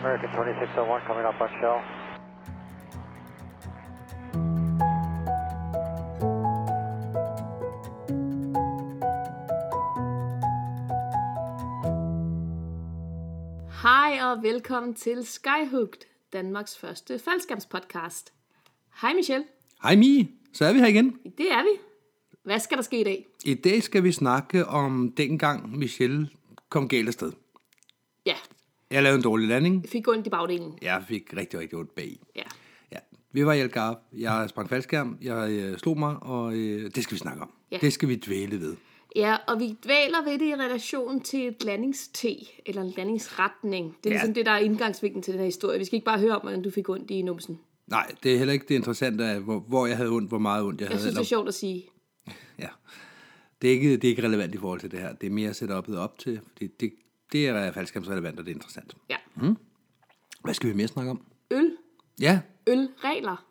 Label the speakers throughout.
Speaker 1: American 2601 coming up on shell.
Speaker 2: Hej og velkommen til Skyhooked, Danmarks første faldskærmspodcast. Hej Michelle,
Speaker 3: Hej Mie, så er vi her igen.
Speaker 2: det er vi. Hvad skal der ske i dag?
Speaker 3: I dag skal vi snakke om dengang Michelle kom galt afsted.
Speaker 2: Ja,
Speaker 3: Jeg lavede en dårlig landing.
Speaker 2: jeg fik ondt i bagdelen.
Speaker 3: Jeg fik rigtig, rigtig ondt bag.
Speaker 2: Ja.
Speaker 3: Ja. Vi var i Algarve. Jeg sprang faldskærm. Jeg øh, slog mig, og øh, det skal vi snakke om.
Speaker 2: Ja.
Speaker 3: Det skal vi dvæle ved.
Speaker 2: ja, og vi dvæler ved det i relation til et landingste, eller en landingsretning. Det er ja.
Speaker 3: Ja.
Speaker 2: ligesom det, der er indgangsvinklen til den her historie. Vi skal ikke bare høre om, hvordan du fik ondt i numsen.
Speaker 3: Nej, det er heller ikke det interessante, af, hvor, hvor jeg havde ondt, hvor meget ondt jeg,
Speaker 2: Jeg
Speaker 3: havde.
Speaker 2: synes, det er sjovt at sige.
Speaker 3: Ja. Det, er ikke, det er ikke relevant i forhold til det her. Det er mere setupet op til. Det, det, det er faldskærmsrelevant, og det er interessant.
Speaker 2: Ja.
Speaker 3: Hvad skal vi mere snakke om?
Speaker 2: Øl.
Speaker 3: Ja,
Speaker 2: Ølregler.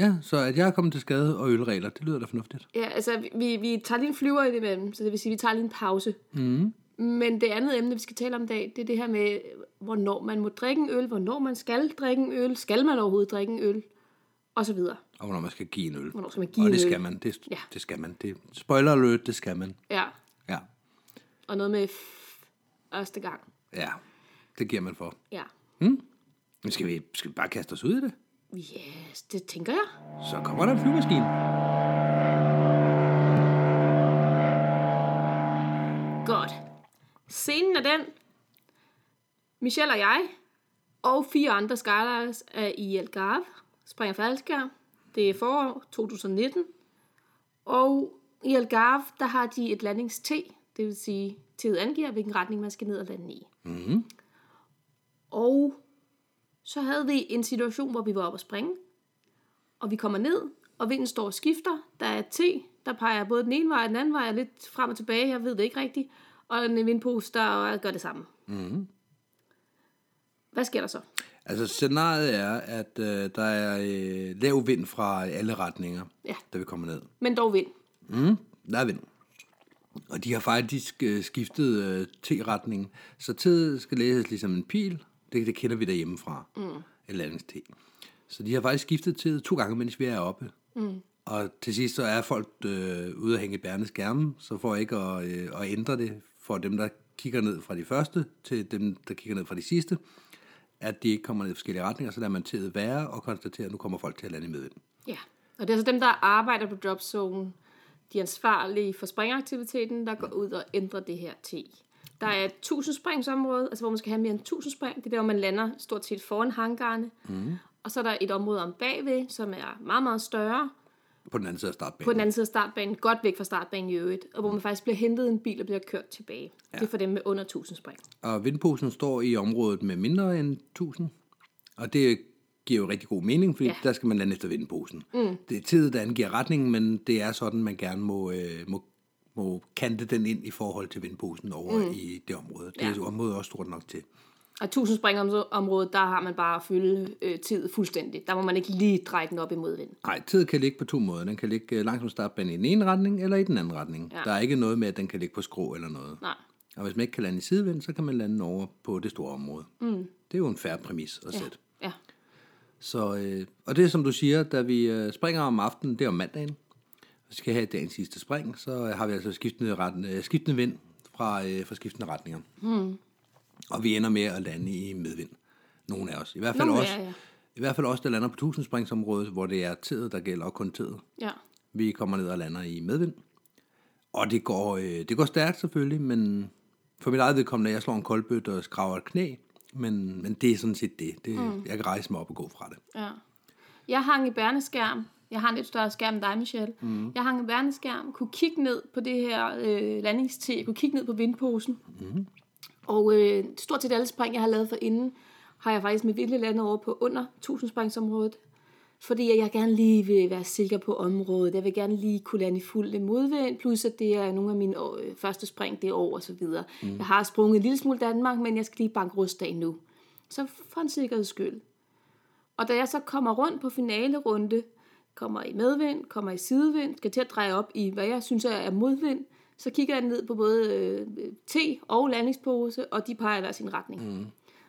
Speaker 3: ja så at jeg er kommet til skade og ølregler, det lyder da fornuftigt.
Speaker 2: Ja, altså, vi- vi, vi tager lige en flyver ind imellem, så det vil sige, vi tager lige en pause. Mm. Men det andet emne, vi skal tale om i dag, det er det her med, hvornår man må drikke en øl, hvornår man skal drikke en øl, skal man overhovedet drikke en øl, og så videre.
Speaker 3: Og hvornår man skal give en øl.
Speaker 2: Hvornår skal man give
Speaker 3: og
Speaker 2: en
Speaker 3: det
Speaker 2: øl?
Speaker 3: skal man. Det,
Speaker 2: Ja.
Speaker 3: ja. det skal man. Det, spoiler alert, det skal man.
Speaker 2: Ja,
Speaker 3: Ja.
Speaker 2: og noget med f- første gang.
Speaker 3: Ja. Det giver man for.
Speaker 2: Ja,
Speaker 3: Men skal vi, skal vi bare kaste os ud i det?
Speaker 2: yes, det tænker jeg.
Speaker 3: Så kommer der en flyvemaskine.
Speaker 2: Godt. Scenen er den. Michelle og jeg og fire andre Skylines er i Algarve, springer faldskærm. Det er forår 2019. Og i Algarve, der har de et landings-T, det vil sige, T'et angiver, hvilken retning man skal ned og lande i. Mm-hmm. Og så havde vi en situation, hvor vi var oppe at springe, og vi kommer ned, og vinden står og skifter. Der er T, der peger både den ene vej og den anden vej, og lidt frem og tilbage, jeg ved det ikke rigtigt. Og en vindpose, der gør det samme. Mm-hmm. Hvad sker der så?
Speaker 3: Altså scenariet er, at øh, der er øh, lav vind fra alle retninger,
Speaker 2: Ja.
Speaker 3: da vi kommer ned.
Speaker 2: Men dog vind.
Speaker 3: Mm, Der er vind. Og de har faktisk øh, skiftet øh, T-retningen. Så tid skal læses ligesom en pil. Det, det kender vi derhjemmefra. Mm. Et landings T. Så de har faktisk skiftet tid to gange, mens vi er oppe. Mm. Og til sidst så er folk øh, ude at hænge i bærende skærme, så for ikke at, øh, at ændre det for dem, der kigger ned fra de første til dem, der kigger ned fra de sidste, at de ikke kommer ned i forskellige retninger, så lader man tæet være og konstaterer, at nu kommer folk til at lande i medvind.
Speaker 2: Ja, og det er så dem, der arbejder på dropzone, de er ansvarlige for springaktiviteten, der går ud og ændrer det her T. Der er et 1000 springsområde, altså hvor man skal have mere end 1000 spring. Det er der, hvor man lander stort set foran hangarerne. Mm. Og så er der et område om bagved, som er meget, meget større.
Speaker 3: På den anden side af startbanen.
Speaker 2: På den anden side af startbanen, godt væk fra startbanen i øvrigt. Og hvor man faktisk bliver hentet i en bil og bliver kørt tilbage. Ja. Det er for dem med under 1000 spring.
Speaker 3: Og vindposen står i området med mindre end 1000. Og det giver jo rigtig god mening, fordi
Speaker 2: Ja.
Speaker 3: ja. der skal man lande efter vindposen. Mm. Det er tid, der angiver retningen, men det er sådan, man gerne må, øh, må, må kante den ind i forhold til vindposen over mm. i det område. Det er
Speaker 2: Ja.
Speaker 3: ja. området også stort nok til.
Speaker 2: Og 1000 springområdet, der har man bare at fylde øh, tid fuldstændigt. Der må man ikke lige dreje den op i modvind.
Speaker 3: Nej, tid kan ligge på to måder. Den kan ligge øh, langs med startbanen i den ene retning eller i den anden retning.
Speaker 2: Ja.
Speaker 3: Ja. Der er ikke noget med, at den kan ligge på skrå eller noget.
Speaker 2: Nej.
Speaker 3: Og hvis man ikke kan lande i sidevind, så kan man lande over på det store område. Mm. Det er jo en færre præmis at ja. sætte.
Speaker 2: Ja.
Speaker 3: Så, øh, og det er som du siger, da vi øh, springer om aftenen, det er om mandagen, og skal have dagens sidste spring, så øh, har vi altså skiftende, retten, øh, skiftende vind fra, øh, fra skiftende retninger. Mm.
Speaker 2: Hmm.
Speaker 3: Og vi ender med at lande i medvind. Nogle af os. I hvert fald
Speaker 2: Nogle af
Speaker 3: også,
Speaker 2: jer, ja.
Speaker 3: i hvert fald også, der lander på tusindspringsområdet, hvor det er tid, der gælder, og kun tid.
Speaker 2: Ja.
Speaker 3: Vi kommer ned og lander i medvind. Og det går, øh, det går stærkt selvfølgelig, men for mit eget vedkommende, jeg slår en koldbøtte og skraver et knæ, men, men det er sådan set det. det
Speaker 2: Hmm.
Speaker 3: mm. Jeg kan rejse mig op og gå fra det.
Speaker 2: Ja. Jeg hang i bærneskærm. Jeg har en lidt større skærm end dig, Michelle. Mm. Jeg hang i bærneskærm, kunne kigge ned på det her øh, landingste, kunne kigge ned på vindposen. Mm. Og øh, stort set alle spring, jeg har lavet for inden, har jeg faktisk med vilje landet over på under 1000 springsområdet. Fordi jeg gerne lige vil være sikker på området. Jeg vil gerne lige kunne lande i fuld modvind, plus at det er nogle af mine øh, første spring det år og så videre. Mm. Jeg har sprunget en lille smule Danmark, men jeg skal lige banke rust af nu. Så for en sikkerheds skyld. Og da jeg så kommer rundt på finalerunde, kommer i medvind, kommer i sidevind, skal til at dreje op i, hvad jeg synes er modvind, så kigger jeg ned på både øh, T og landingspose, og de peger i hver sin retning. Mm.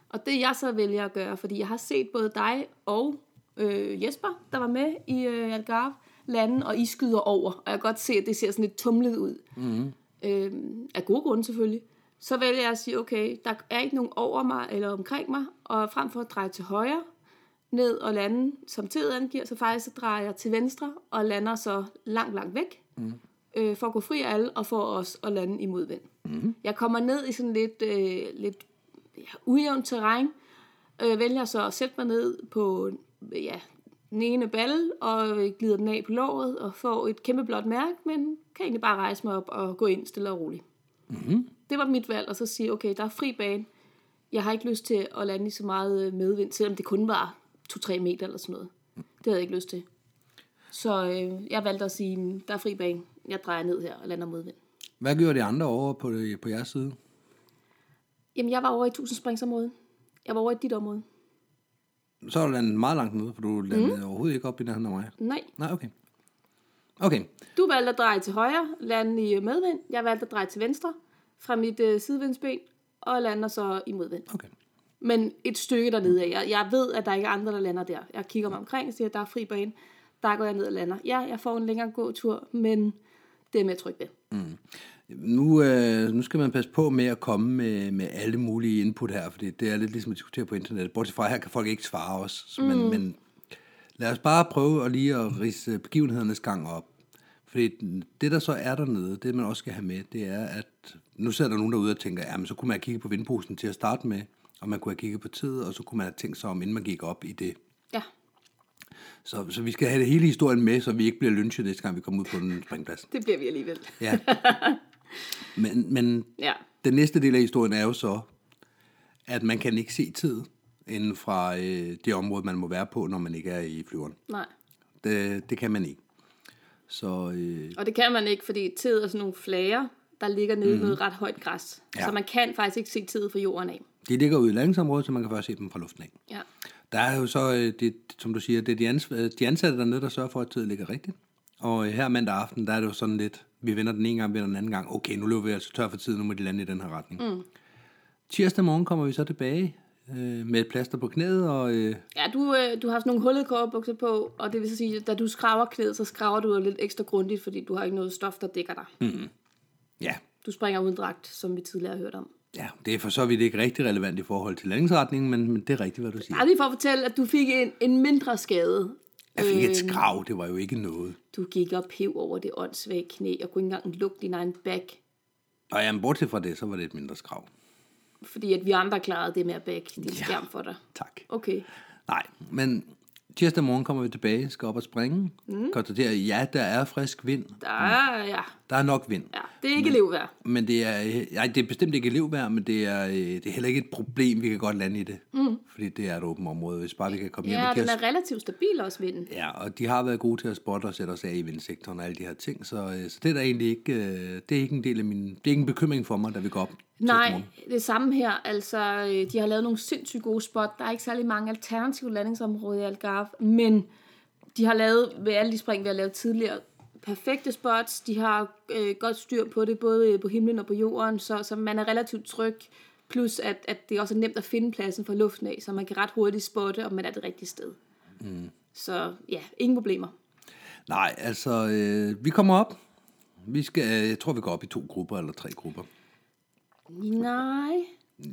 Speaker 2: Og det jeg så vælger at gøre, fordi jeg har set både dig og øh, Jesper, der var med i øh, Algarve, lande, og I skyder over. Og jeg kan godt se, at det ser sådan lidt tumlet ud. Mm-hmm. Øh, af gode grunde selvfølgelig. Så vælger jeg at sige, okay, der er ikke nogen over mig eller omkring mig, og frem for at dreje til højre, ned og lande, som tid angiver, så faktisk så drejer jeg til venstre og lander så langt, langt væk, mm. øh, for at gå fri af alle og for os at lande i modvind. Mm. Jeg kommer ned i sådan lidt, øh, lidt ja, ujævnt terræn, øh, vælger så at sætte mig ned på øh, ja, den ene balle og øh, glider den af på låret og får et kæmpe blåt mærke, men kan egentlig bare rejse mig op og gå ind stille og roligt. Mm. Det var mit valg, og så sige, okay, der er fri bane. Jeg har ikke lyst til at lande i så meget øh, medvind, selvom det kun var 2-3 meter eller sådan noget. Det havde jeg ikke lyst til. Så øh, jeg valgte at sige, der er fri bane. Jeg drejer ned her og lander modvind.
Speaker 3: Hvad gjorde de andre over på, det, på jeres side?
Speaker 2: Jamen, jeg var over i tusindspringsområdet. Jeg var over i dit område.
Speaker 3: Så er du landet meget langt nede, for du landede mm. overhovedet ikke op i nærheden af mig.
Speaker 2: Nej,
Speaker 3: Nej, okay. Okay,
Speaker 2: du valgte at dreje til højre, lande i øh, medvind. Jeg valgte at dreje til venstre fra mit øh, sidevindsben og lander så i modvind.
Speaker 3: okay.
Speaker 2: Men et stykke dernede af. Jeg, jeg ved, at der ikke er andre, der lander der. Jeg kigger mig omkring og siger, at der er fri bane. Der går jeg ned og lander. Ja, jeg får en længere gåtur, men det er med tryg ved.
Speaker 3: Nu, øh, nu skal man passe på med at komme med, med alle mulige input her, fordi det er lidt ligesom at diskutere på internettet. Bortset fra her kan folk ikke svare os, mm. men, men lad os bare prøve at lige at rise begivenhedernes gang op. Fordi det, der så er dernede, det man også skal have med, det er, at nu sidder der nogen derude og tænker, jamen så kunne man have kigget på vindposen til at starte med, og man kunne have kigget på tid, og så kunne man have tænkt sig om, inden man gik op i det.
Speaker 2: Ja,
Speaker 3: Så, så vi skal have det hele historien med, så vi ikke bliver lynchet næste gang, vi kommer ud på en springplads.
Speaker 2: det bliver vi alligevel.
Speaker 3: Ja. Men, men
Speaker 2: Ja,
Speaker 3: Den næste del af historien er jo så, at man kan ikke se tid inden fra øh, det område, man må være på, når man ikke er i flyveren.
Speaker 2: nej.
Speaker 3: Det, det kan man ikke. Så øh,
Speaker 2: Og det kan man ikke, fordi tid er sådan nogle flager, der ligger nede i noget ret højt græs.
Speaker 3: Ja.
Speaker 2: Mhm. Ja. Så man kan faktisk ikke se tid fra jorden af.
Speaker 3: de ligger ude i landingsområdet, så man kan først se dem fra luften af.
Speaker 2: Ja.
Speaker 3: Der er jo så, øh, det, som du siger, det er de, ans- øh, de ansatte dernede, der sørger for, at tiden ligger rigtigt. Og øh, her mandag aften, der er det jo sådan lidt, vi vender den ene gang, vi vender den anden gang. Okay, nu løber vi altså tør for tid, nu må de lande i den her retning. Mm. Tirsdag morgen kommer vi så tilbage øh, med et plaster på knæet, og øh,
Speaker 2: Ja, du, øh, du har sådan nogle hullede kårebukser på, og det vil så sige, at da du skraver knæet, så skraver du lidt ekstra grundigt, fordi du har ikke noget stof, der dækker dig. Mm.
Speaker 3: ja,
Speaker 2: Du springer uden dragt, som vi tidligere har hørt om.
Speaker 3: Ja, det er for så vidt ikke rigtig relevant i forhold til landingsretningen, men, men det er rigtigt, hvad du siger.
Speaker 2: Jeg er lige for at fortælle, at du fik en, en mindre skade.
Speaker 3: Jeg fik et skrav, det var jo ikke noget.
Speaker 2: Du gik og pev over det åndssvage knæ, og kunne ikke engang lukke din egen bag,
Speaker 3: Og jamen, bortset fra det, så var det et mindre skrav.
Speaker 2: fordi at vi andre klarede det med at bag din ja. skærm for dig.
Speaker 3: Tak.
Speaker 2: Okay.
Speaker 3: Nej, men tirsdag morgen kommer vi tilbage, skal op og springe. Mm. Konstaterer, ja, der er frisk vind.
Speaker 2: Der er, ja,
Speaker 3: Der er nok vind.
Speaker 2: ja, det er ikke elevværd.
Speaker 3: Men det er, øh, nej, det er bestemt ikke elevværd, men det er, øh, det er heller ikke et problem, vi kan godt lande i det. Mm. Fordi det er et åbent område, hvis bare vi kan komme hjem
Speaker 2: Ja,
Speaker 3: og
Speaker 2: den
Speaker 3: kaste
Speaker 2: er relativt stabil også, vinden.
Speaker 3: Ja, og de har været gode til at spotte og sætte os af i vindsektoren og alle de her ting, så, øh, så det er der egentlig ikke, øh, det er ikke en del af min, det er ikke en bekymring for mig, da vi går op. til
Speaker 2: Nej,
Speaker 3: morgen.
Speaker 2: det samme her. Altså, øh, de har lavet nogle sindssygt gode spot. Der er ikke særlig mange alternative landingsområder i Algarve, men de har lavet, ved alle de spring, vi har lavet tidligere, perfekte spots. De har øh, godt styr på det, både øh, på himlen og på jorden, så, så man er relativt tryg. Plus, at, at det også er nemt at finde pladsen fra luften af, så man kan ret hurtigt spotte, om man er det rigtige sted. Mm. Så ja, ingen problemer.
Speaker 3: Nej, altså, øh, vi kommer op. Vi skal, øh, jeg tror, vi går op i to grupper eller tre grupper.
Speaker 2: Nej,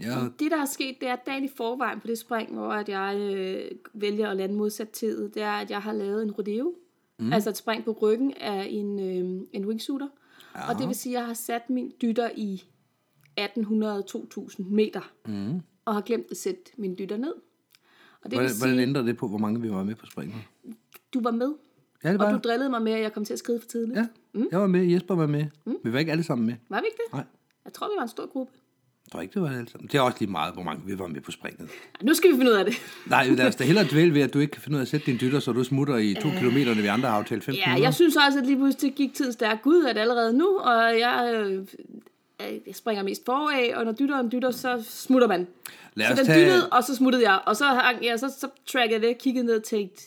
Speaker 3: Jeg,
Speaker 2: Det, der er sket, det er at dagen i forvejen på det spring, hvor at jeg øh, vælger at lande modsat tid, det er, at jeg har lavet en rodeo. Mm. Altså et spring på ryggen af en, øh, en wingsuiter. Ja. Og det vil sige, at jeg har sat min dytter i 1800-2000 meter. Mm. Og har glemt at sætte min dytter ned. Og det
Speaker 3: hvordan,
Speaker 2: vil
Speaker 3: hvordan
Speaker 2: sige,
Speaker 3: ændrer det på, hvor mange vi var med på springen?
Speaker 2: du var med.
Speaker 3: Ja, det var
Speaker 2: Og
Speaker 3: jeg.
Speaker 2: du drillede mig med, at jeg kom til at skride for tidligt.
Speaker 3: Ja, mm. jeg var med, Jesper var med. Mm. Vi var ikke alle sammen med.
Speaker 2: Var vi ikke det?
Speaker 3: Nej.
Speaker 2: Jeg tror, vi var en stor gruppe.
Speaker 3: Jeg tror ikke, det var alle sammen. Det er også lige meget, hvor mange vi var med på springet.
Speaker 2: Ej, nu skal vi finde ud af det.
Speaker 3: Nej, lad os da hellere dvæle ved, at du ikke kan finde ud af at sætte din dytter, så du smutter i to kilometer, når vi andre har aftalt 15
Speaker 2: Øh. Ja, jeg synes også, at lige pludselig gik tiden stærkt ud, at allerede nu, og jeg, øh, jeg springer mest foraf, og når dytteren dytter, så smutter man.
Speaker 3: Lad
Speaker 2: så
Speaker 3: os
Speaker 2: den
Speaker 3: tage-
Speaker 2: dyttede, og så smuttede jeg, og så, hang, jeg, så, så trackede jeg det, kiggede ned og tænkte,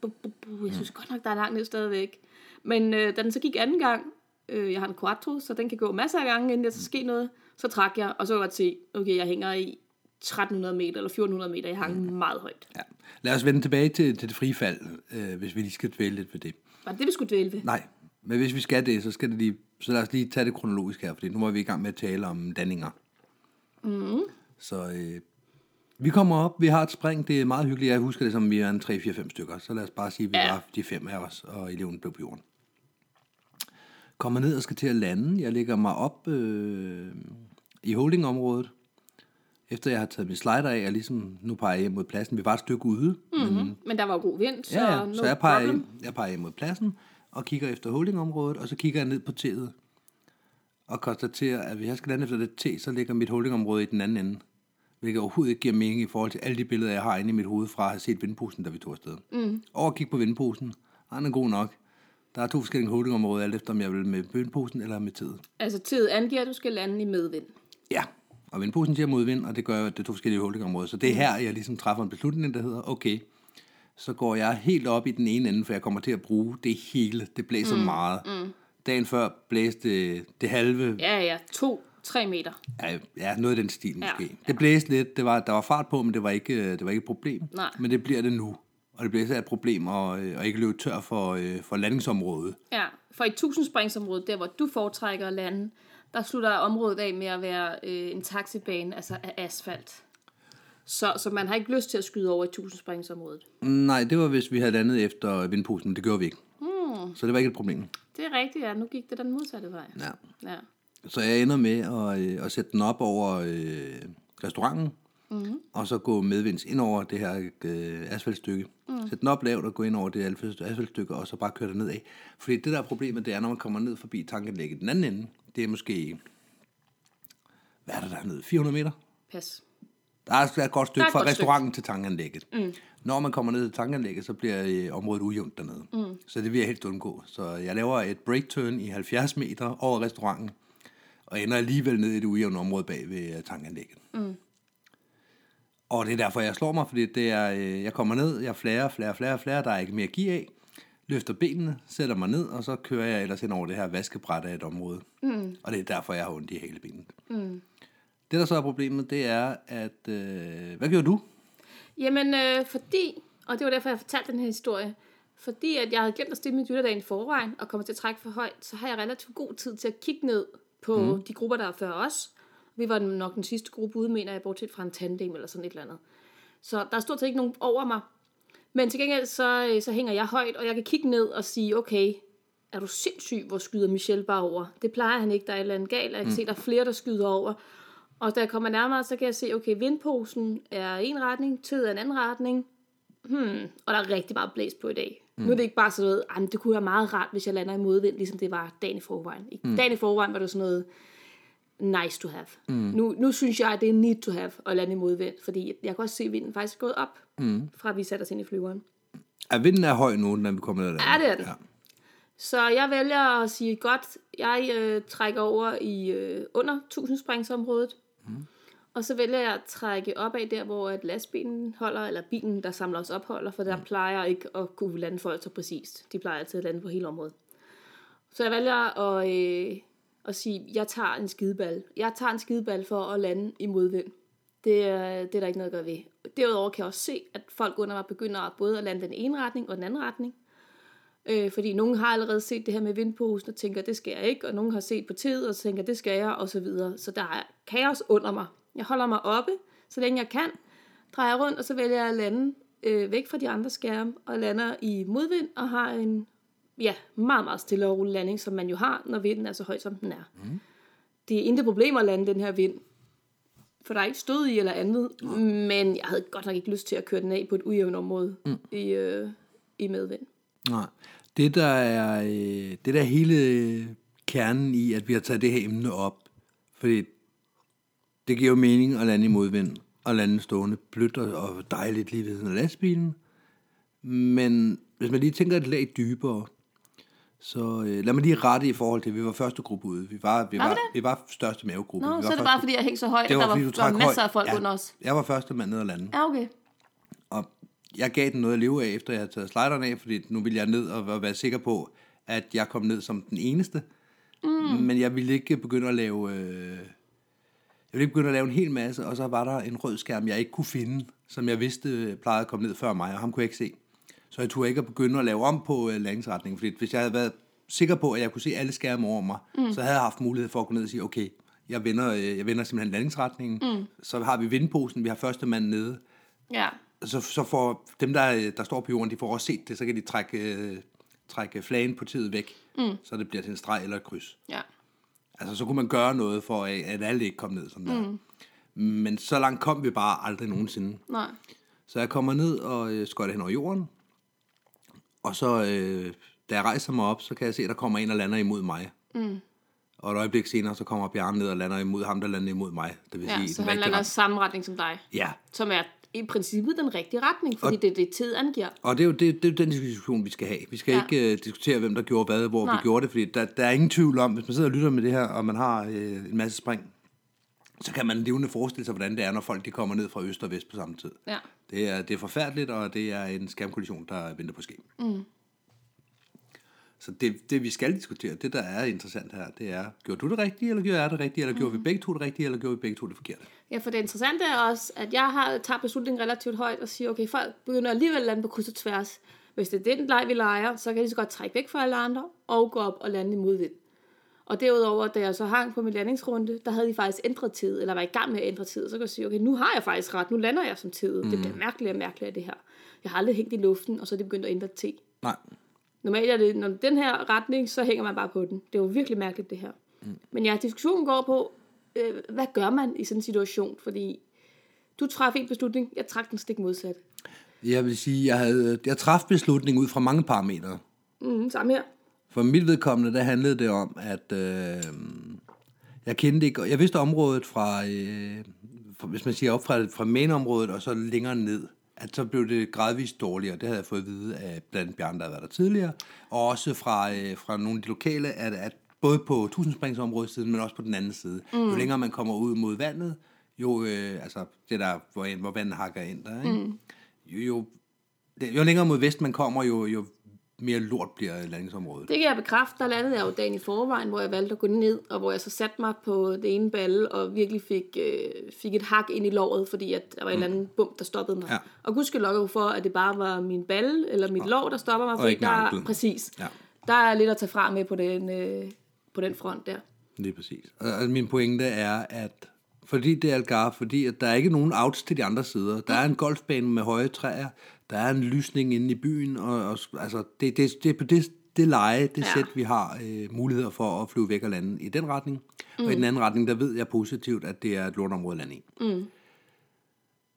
Speaker 2: bu, bu, bu, jeg synes godt nok, der er langt ned stadigvæk. Men øh, da den så gik anden gang, øh, jeg har en quattro, så den kan gå masser af gange, inden der skal ske noget, så trak jeg, og så kunne jeg godt se, okay, jeg hænger i 1300 meter eller 1400 meter. Jeg hang mm. meget højt.
Speaker 3: Ja. Lad os vende tilbage til, til det frie fald, øh, hvis vi lige skal dvæle lidt ved det.
Speaker 2: Var det det, vi skulle dvæle ved?
Speaker 3: Nej, men hvis vi skal det, så, skal det lige, så lad os lige tage det kronologisk her, fordi nu var vi i gang med at tale om danninger. Mm. Så øh, vi kommer op, vi har et spring, det er meget hyggeligt. Jeg husker det som, vi er en 3-4-5 stykker, så lad os bare sige, at vi
Speaker 2: Ja.
Speaker 3: ja. var de fem af os, og eleven blev på jorden. Kommer ned og skal til at lande. Jeg lægger mig op øh, i holdingområdet. Efter jeg har taget min slider af, og ligesom, nu peger jeg hjem mod pladsen. Vi var et stykke ude,
Speaker 2: Mm. Men der var jo god vind, så,
Speaker 3: Ja, ja.
Speaker 2: no
Speaker 3: så jeg peger,
Speaker 2: problem.
Speaker 3: ind, jeg peger ind mod pladsen og kigger efter holdingområdet, og så kigger jeg ned på tæet og konstaterer, at hvis jeg skal lande efter det te, så ligger mit holdingområde i den anden ende. Hvilket overhovedet ikke giver mening i forhold til alle de billeder, jeg har inde i mit hoved fra at have set vindposen, da vi tog afsted. Mm. Og at kigge på vindposen. Ej, Den er god nok. Der er to forskellige holdingområder, alt efter om jeg vil med vindposen eller med tæet.
Speaker 2: Altså, tid angiver, at du skal lande i medvind.
Speaker 3: Ja, og vindposen siger modvind, og det gør jo, at det er to forskellige holdingområder. Så det er her, jeg ligesom træffer en beslutning, der hedder, okay, så går jeg helt op i den ene ende, for jeg kommer til at bruge det hele. Det blæser mm. meget. Mm. Dagen før blæste det, det halve,
Speaker 2: Ja, ja, to, tre meter.
Speaker 3: ja. ja, noget af den stil måske.
Speaker 2: Ja,
Speaker 3: Ja. Det blæste lidt, det var, der var fart på, men det var ikke, øh, det var ikke et problem.
Speaker 2: Nej.
Speaker 3: Men det bliver det nu. Og det bliver så et problem at, øh, at ikke løbe tør for, øh, for landingsområdet.
Speaker 2: Ja, for i tusindspringsområdet, der hvor du foretrækker at lande, der slutter området af med at være øh, en taxibane, altså af asfalt. Så, så man har ikke lyst til at skyde over i tusindspringsområdet.
Speaker 3: Nej, det var, hvis vi havde landet efter vindposen, men det gjorde vi ikke. Mm. Så det var ikke et problem.
Speaker 2: Det er rigtigt, ja. Nu gik det den modsatte vej.
Speaker 3: Ja.
Speaker 2: ja.
Speaker 3: Så jeg ender med at, øh, at sætte den op over øh, restauranten, mm-hmm. og så gå medvinds ind over det her øh, asfaltstykke. Mm. Sætte den op lavt og gå ind over det asfalt- asfaltstykke, og så bare køre det nedad. Fordi det der er problemet, det er, når man kommer ned forbi tankanlægget den anden ende, det er måske, hvad er der dernede, 400 meter?
Speaker 2: Pas.
Speaker 3: Der er et godt
Speaker 2: Der er
Speaker 3: stykke
Speaker 2: et
Speaker 3: fra
Speaker 2: godt stykke.
Speaker 3: restauranten til tankanlægget. Mm. Når man kommer ned til tankanlægget, så bliver øh, området ujævnt dernede. Mm. Så det vil jeg helt undgå. Så jeg laver et break turn i 70 meter over restauranten, og ender alligevel ned i det ujævne område bag ved øh, tankanlægget. Mm. Og det er derfor, jeg slår mig, fordi det er, øh, jeg kommer ned, jeg flager, flager, flager, flager, der er ikke mere at give af, løfter benene, sætter mig ned, og så kører jeg ellers ind over det her vaskebræt af et område. Mm. Og det er derfor, jeg har ondt i hele benet. Det, der så er problemet, det er, at... Øh, hvad gjorde du?
Speaker 2: Jamen, øh, fordi, og det var derfor, jeg fortalte den her historie, fordi at jeg havde glemt at stille min dytterdag i forvejen og kommer til at trække for højt, så har jeg relativt god tid til at kigge ned på mm. de grupper, der er før os. Vi var nok den sidste gruppe ude, mener jeg, bortset fra en tandem eller sådan et eller andet. Så der er stort set ikke nogen over mig. Men til gengæld, så, øh, så hænger jeg højt, og jeg kan kigge ned og sige, okay, er du sindssyg, hvor skyder Michel bare over? Det plejer han ikke, der er et eller andet galt, og jeg kan mm. se, der er flere, der skyder over. Og da jeg kommer nærmere, så kan jeg se, okay, vindposen er en retning, tid er en anden retning, hmm, og der er rigtig meget blæst på i dag. Mm. Nu er det ikke bare sådan noget, "Ej, men det kunne være meget rart, hvis jeg lander i modvind, ligesom det var dagen i forvejen. I mm. dagen i forvejen var det sådan noget, nice to have. Mm. Nu, nu synes jeg, at det er need to have at lande i modvind, fordi jeg kan også se, at vinden faktisk er gået op, mm. fra vi satte os ind i flyveren.
Speaker 3: Er vinden er høj nu, når vi kommer ned ad
Speaker 2: Ja, det er den.
Speaker 3: Ja.
Speaker 2: Så jeg vælger at sige, godt, jeg øh, trækker over i øh, under 1000 springsområdet. Mm. Og så vælger jeg at trække opad der, hvor at lastbilen holder, eller bilen, der samler os op, holder, for der mm. plejer ikke at kunne lande folk så præcist. De plejer altid at lande på hele området. Så jeg vælger at, øh, at sige, jeg tager en skideball. Jeg tager en skideball for at lande i modvind. Det, er- det er der ikke noget at gøre ved. Derudover kan jeg også se, at folk under mig begynder at både at lande den ene retning og den anden retning. Øh, fordi nogen har allerede set det her med vindposen og tænker, det skal jeg ikke, og nogen har set på tid og tænker, det skal jeg, og så videre. Så der er kaos under mig. Jeg holder mig oppe, så længe jeg kan, drejer rundt, og så vælger jeg at lande øh, væk fra de andre skærme, og lander i modvind, og har en ja, meget, meget stille og rolig landing, som man jo har, når vinden er så høj, som den er. Mm. Det er intet problem at lande den her vind, for der er ikke stød i eller andet, men jeg havde godt nok ikke lyst til at køre den af på et ujævnt område mm. i, øh, i medvind.
Speaker 3: Nej. Det der, er, øh, det der er hele kernen i, at vi har taget det her emne op, fordi det giver jo mening at lande i modvind, og lande stående blødt og- og dejligt lige ved siden af lastbilen. Men hvis man lige tænker et lag dybere, så øh, lad mig lige rette i forhold til, at vi var første gruppe ude. Vi var, vi
Speaker 2: Var vi
Speaker 3: var, var,
Speaker 2: det?
Speaker 3: vi var største mavegruppe.
Speaker 2: Nå,
Speaker 3: vi var
Speaker 2: så er det
Speaker 3: første-
Speaker 2: bare, fordi jeg hængte så højt,
Speaker 3: Det
Speaker 2: at
Speaker 3: var,
Speaker 2: der var,
Speaker 3: fordi du
Speaker 2: der var
Speaker 3: trak
Speaker 2: masser
Speaker 3: højt.
Speaker 2: af folk
Speaker 3: ja,
Speaker 2: under os.
Speaker 3: Jeg var første mand ned ad landen.
Speaker 2: Ja, okay.
Speaker 3: Og jeg gav den noget at leve af, efter jeg havde taget slideren af, fordi nu ville jeg ned og være- være sikker på, at jeg kom ned som den eneste. Mm. Men jeg ville ikke begynde at lave... Øh, jeg Jeg ville begynde at lave en hel masse, og så var der en rød skærm, jeg ikke kunne finde, som jeg vidste øh, plejede at komme ned før mig, og ham kunne jeg ikke se. Så jeg turde ikke at begynde at lave om på øh, landingsretningen, fordi hvis jeg havde været sikker på, at jeg kunne se alle skærme over mig, mm. så havde jeg haft mulighed for at gå ned og sige, okay, jeg vender, øh, jeg vender simpelthen landingsretningen, mm. så har vi vindposen, vi har første mand nede,
Speaker 2: Ja.
Speaker 3: så, så får dem, der, øh, der står på jorden, de får også set det, så kan de trække, øh, trække flagen på tid væk, mm. så det bliver til en streg eller et kryds.
Speaker 2: Ja.
Speaker 3: Altså, så kunne man gøre noget for, at at alle ikke kom ned sådan der. Mm. Men så langt kom vi bare aldrig nogensinde.
Speaker 2: Nej.
Speaker 3: Så jeg kommer ned og øh, skøjter hen over jorden. Og så, øh, da jeg rejser mig op, så kan jeg se, at der kommer en og lander imod mig. Mm. Og et øjeblik senere, så kommer Bjarne ned og lander imod ham, der lander imod mig. Det vil
Speaker 2: Ja,
Speaker 3: sige,
Speaker 2: så
Speaker 3: den
Speaker 2: han
Speaker 3: rigtige
Speaker 2: lander
Speaker 3: ret-
Speaker 2: samme retning som dig.
Speaker 3: Ja,
Speaker 2: Som er i princippet den rigtige retning, fordi det er det, tid angiver.
Speaker 3: og det er jo det, det er jo den diskussion, vi skal have. Vi skal
Speaker 2: Ja.
Speaker 3: ja. ikke øh, diskutere, hvem der gjorde hvad, hvor Nej.
Speaker 2: Nej.
Speaker 3: vi gjorde det, fordi der, der er ingen tvivl om, hvis man sidder og lytter med det her, og man har øh, en masse spring, så kan man levende forestille sig, hvordan det er, når folk de kommer ned fra øst og vest på samme tid.
Speaker 2: Ja.
Speaker 3: Det er, det er forfærdeligt, og det er en skærmkollision, der venter på at ske. Mm. Så det, det, vi skal diskutere, det der er interessant her, det er, gjorde du det rigtige, eller gjorde jeg det rigtige, eller mm. gjorde vi begge to det rigtige, eller gjorde vi begge to det forkerte?
Speaker 2: Ja, for det interessante er også, at jeg har tager beslutningen relativt højt og siger, okay, folk begynder alligevel at lande på kryds og tværs. Hvis det er den leg, vi leger, så kan jeg lige så godt trække væk fra alle andre og gå op og lande i modvind. Og derudover, da jeg så hang på min landingsrunde, der havde de faktisk ændret tid, eller var i gang med at ændre tid. Så kan jeg sige, okay, nu har jeg faktisk ret, nu lander jeg som tid. Mm. Det bliver mærkeligere og mærkeligere, det her. Jeg har aldrig hængt i luften, og så er det begyndt at ændre tid.
Speaker 3: Nej.
Speaker 2: Normalt er det, når den her retning, så hænger man bare på den. Det er jo virkelig mærkeligt, det her. Mm. Men ja, diskussionen går på, øh, hvad gør man i sådan en situation? Fordi du træffer en beslutning, jeg trak den stik modsat.
Speaker 3: Jeg vil sige, jeg, havde, jeg traf beslutningen ud fra mange parametre.
Speaker 2: Mm, samme her.
Speaker 3: For mit vedkommende, der handlede det om, at øh, jeg kendte ikke, jeg vidste området fra, øh, fra hvis man siger op fra, fra main-området og så længere ned, at så blev det gradvist dårligere. Det havde jeg fået at vide af blandt andet Bjarne, der havde været der tidligere, og også fra, øh, fra nogle af de lokale, at, at både på tusindspringsområdet siden, men også på den anden side. Mm. Jo længere man kommer ud mod vandet, jo, øh, altså det der, hvor, hvor vandet hakker ind der, ikke? Mm. Jo, jo, det, jo længere mod vest man kommer, jo, jo mere lort bliver landingsområdet.
Speaker 2: Det kan jeg bekræfte. Der landede jeg jo dagen i forvejen, hvor jeg valgte at gå ned, og hvor jeg så satte mig på det ene balle og virkelig fik, øh, fik et hak ind i låret, fordi at der var en eller anden bump, der stoppede mig.
Speaker 3: Ja.
Speaker 2: Og gudskelov jo for, at det bare var min balle eller mit lår, der stopper mig, fordi
Speaker 3: ikke min
Speaker 2: der,
Speaker 3: ankel.
Speaker 2: præcis,
Speaker 3: Ja.
Speaker 2: der er lidt at tage fra med på den, øh, på den front der.
Speaker 3: Lige præcis. Og og min pointe er, at fordi det er Algarve, fordi at der er ikke nogen outs til de andre sider. Der er en golfbane med høje træer, der er en lysning inde i byen, og, og s- altså, det, det, det er på det, det leje, det
Speaker 2: Ja.
Speaker 3: ja. sæt, vi har øh, muligheder for at flyve væk og lande i den retning. Mm. Og i den anden retning, der ved jeg positivt, at det er et lortområde at lande i.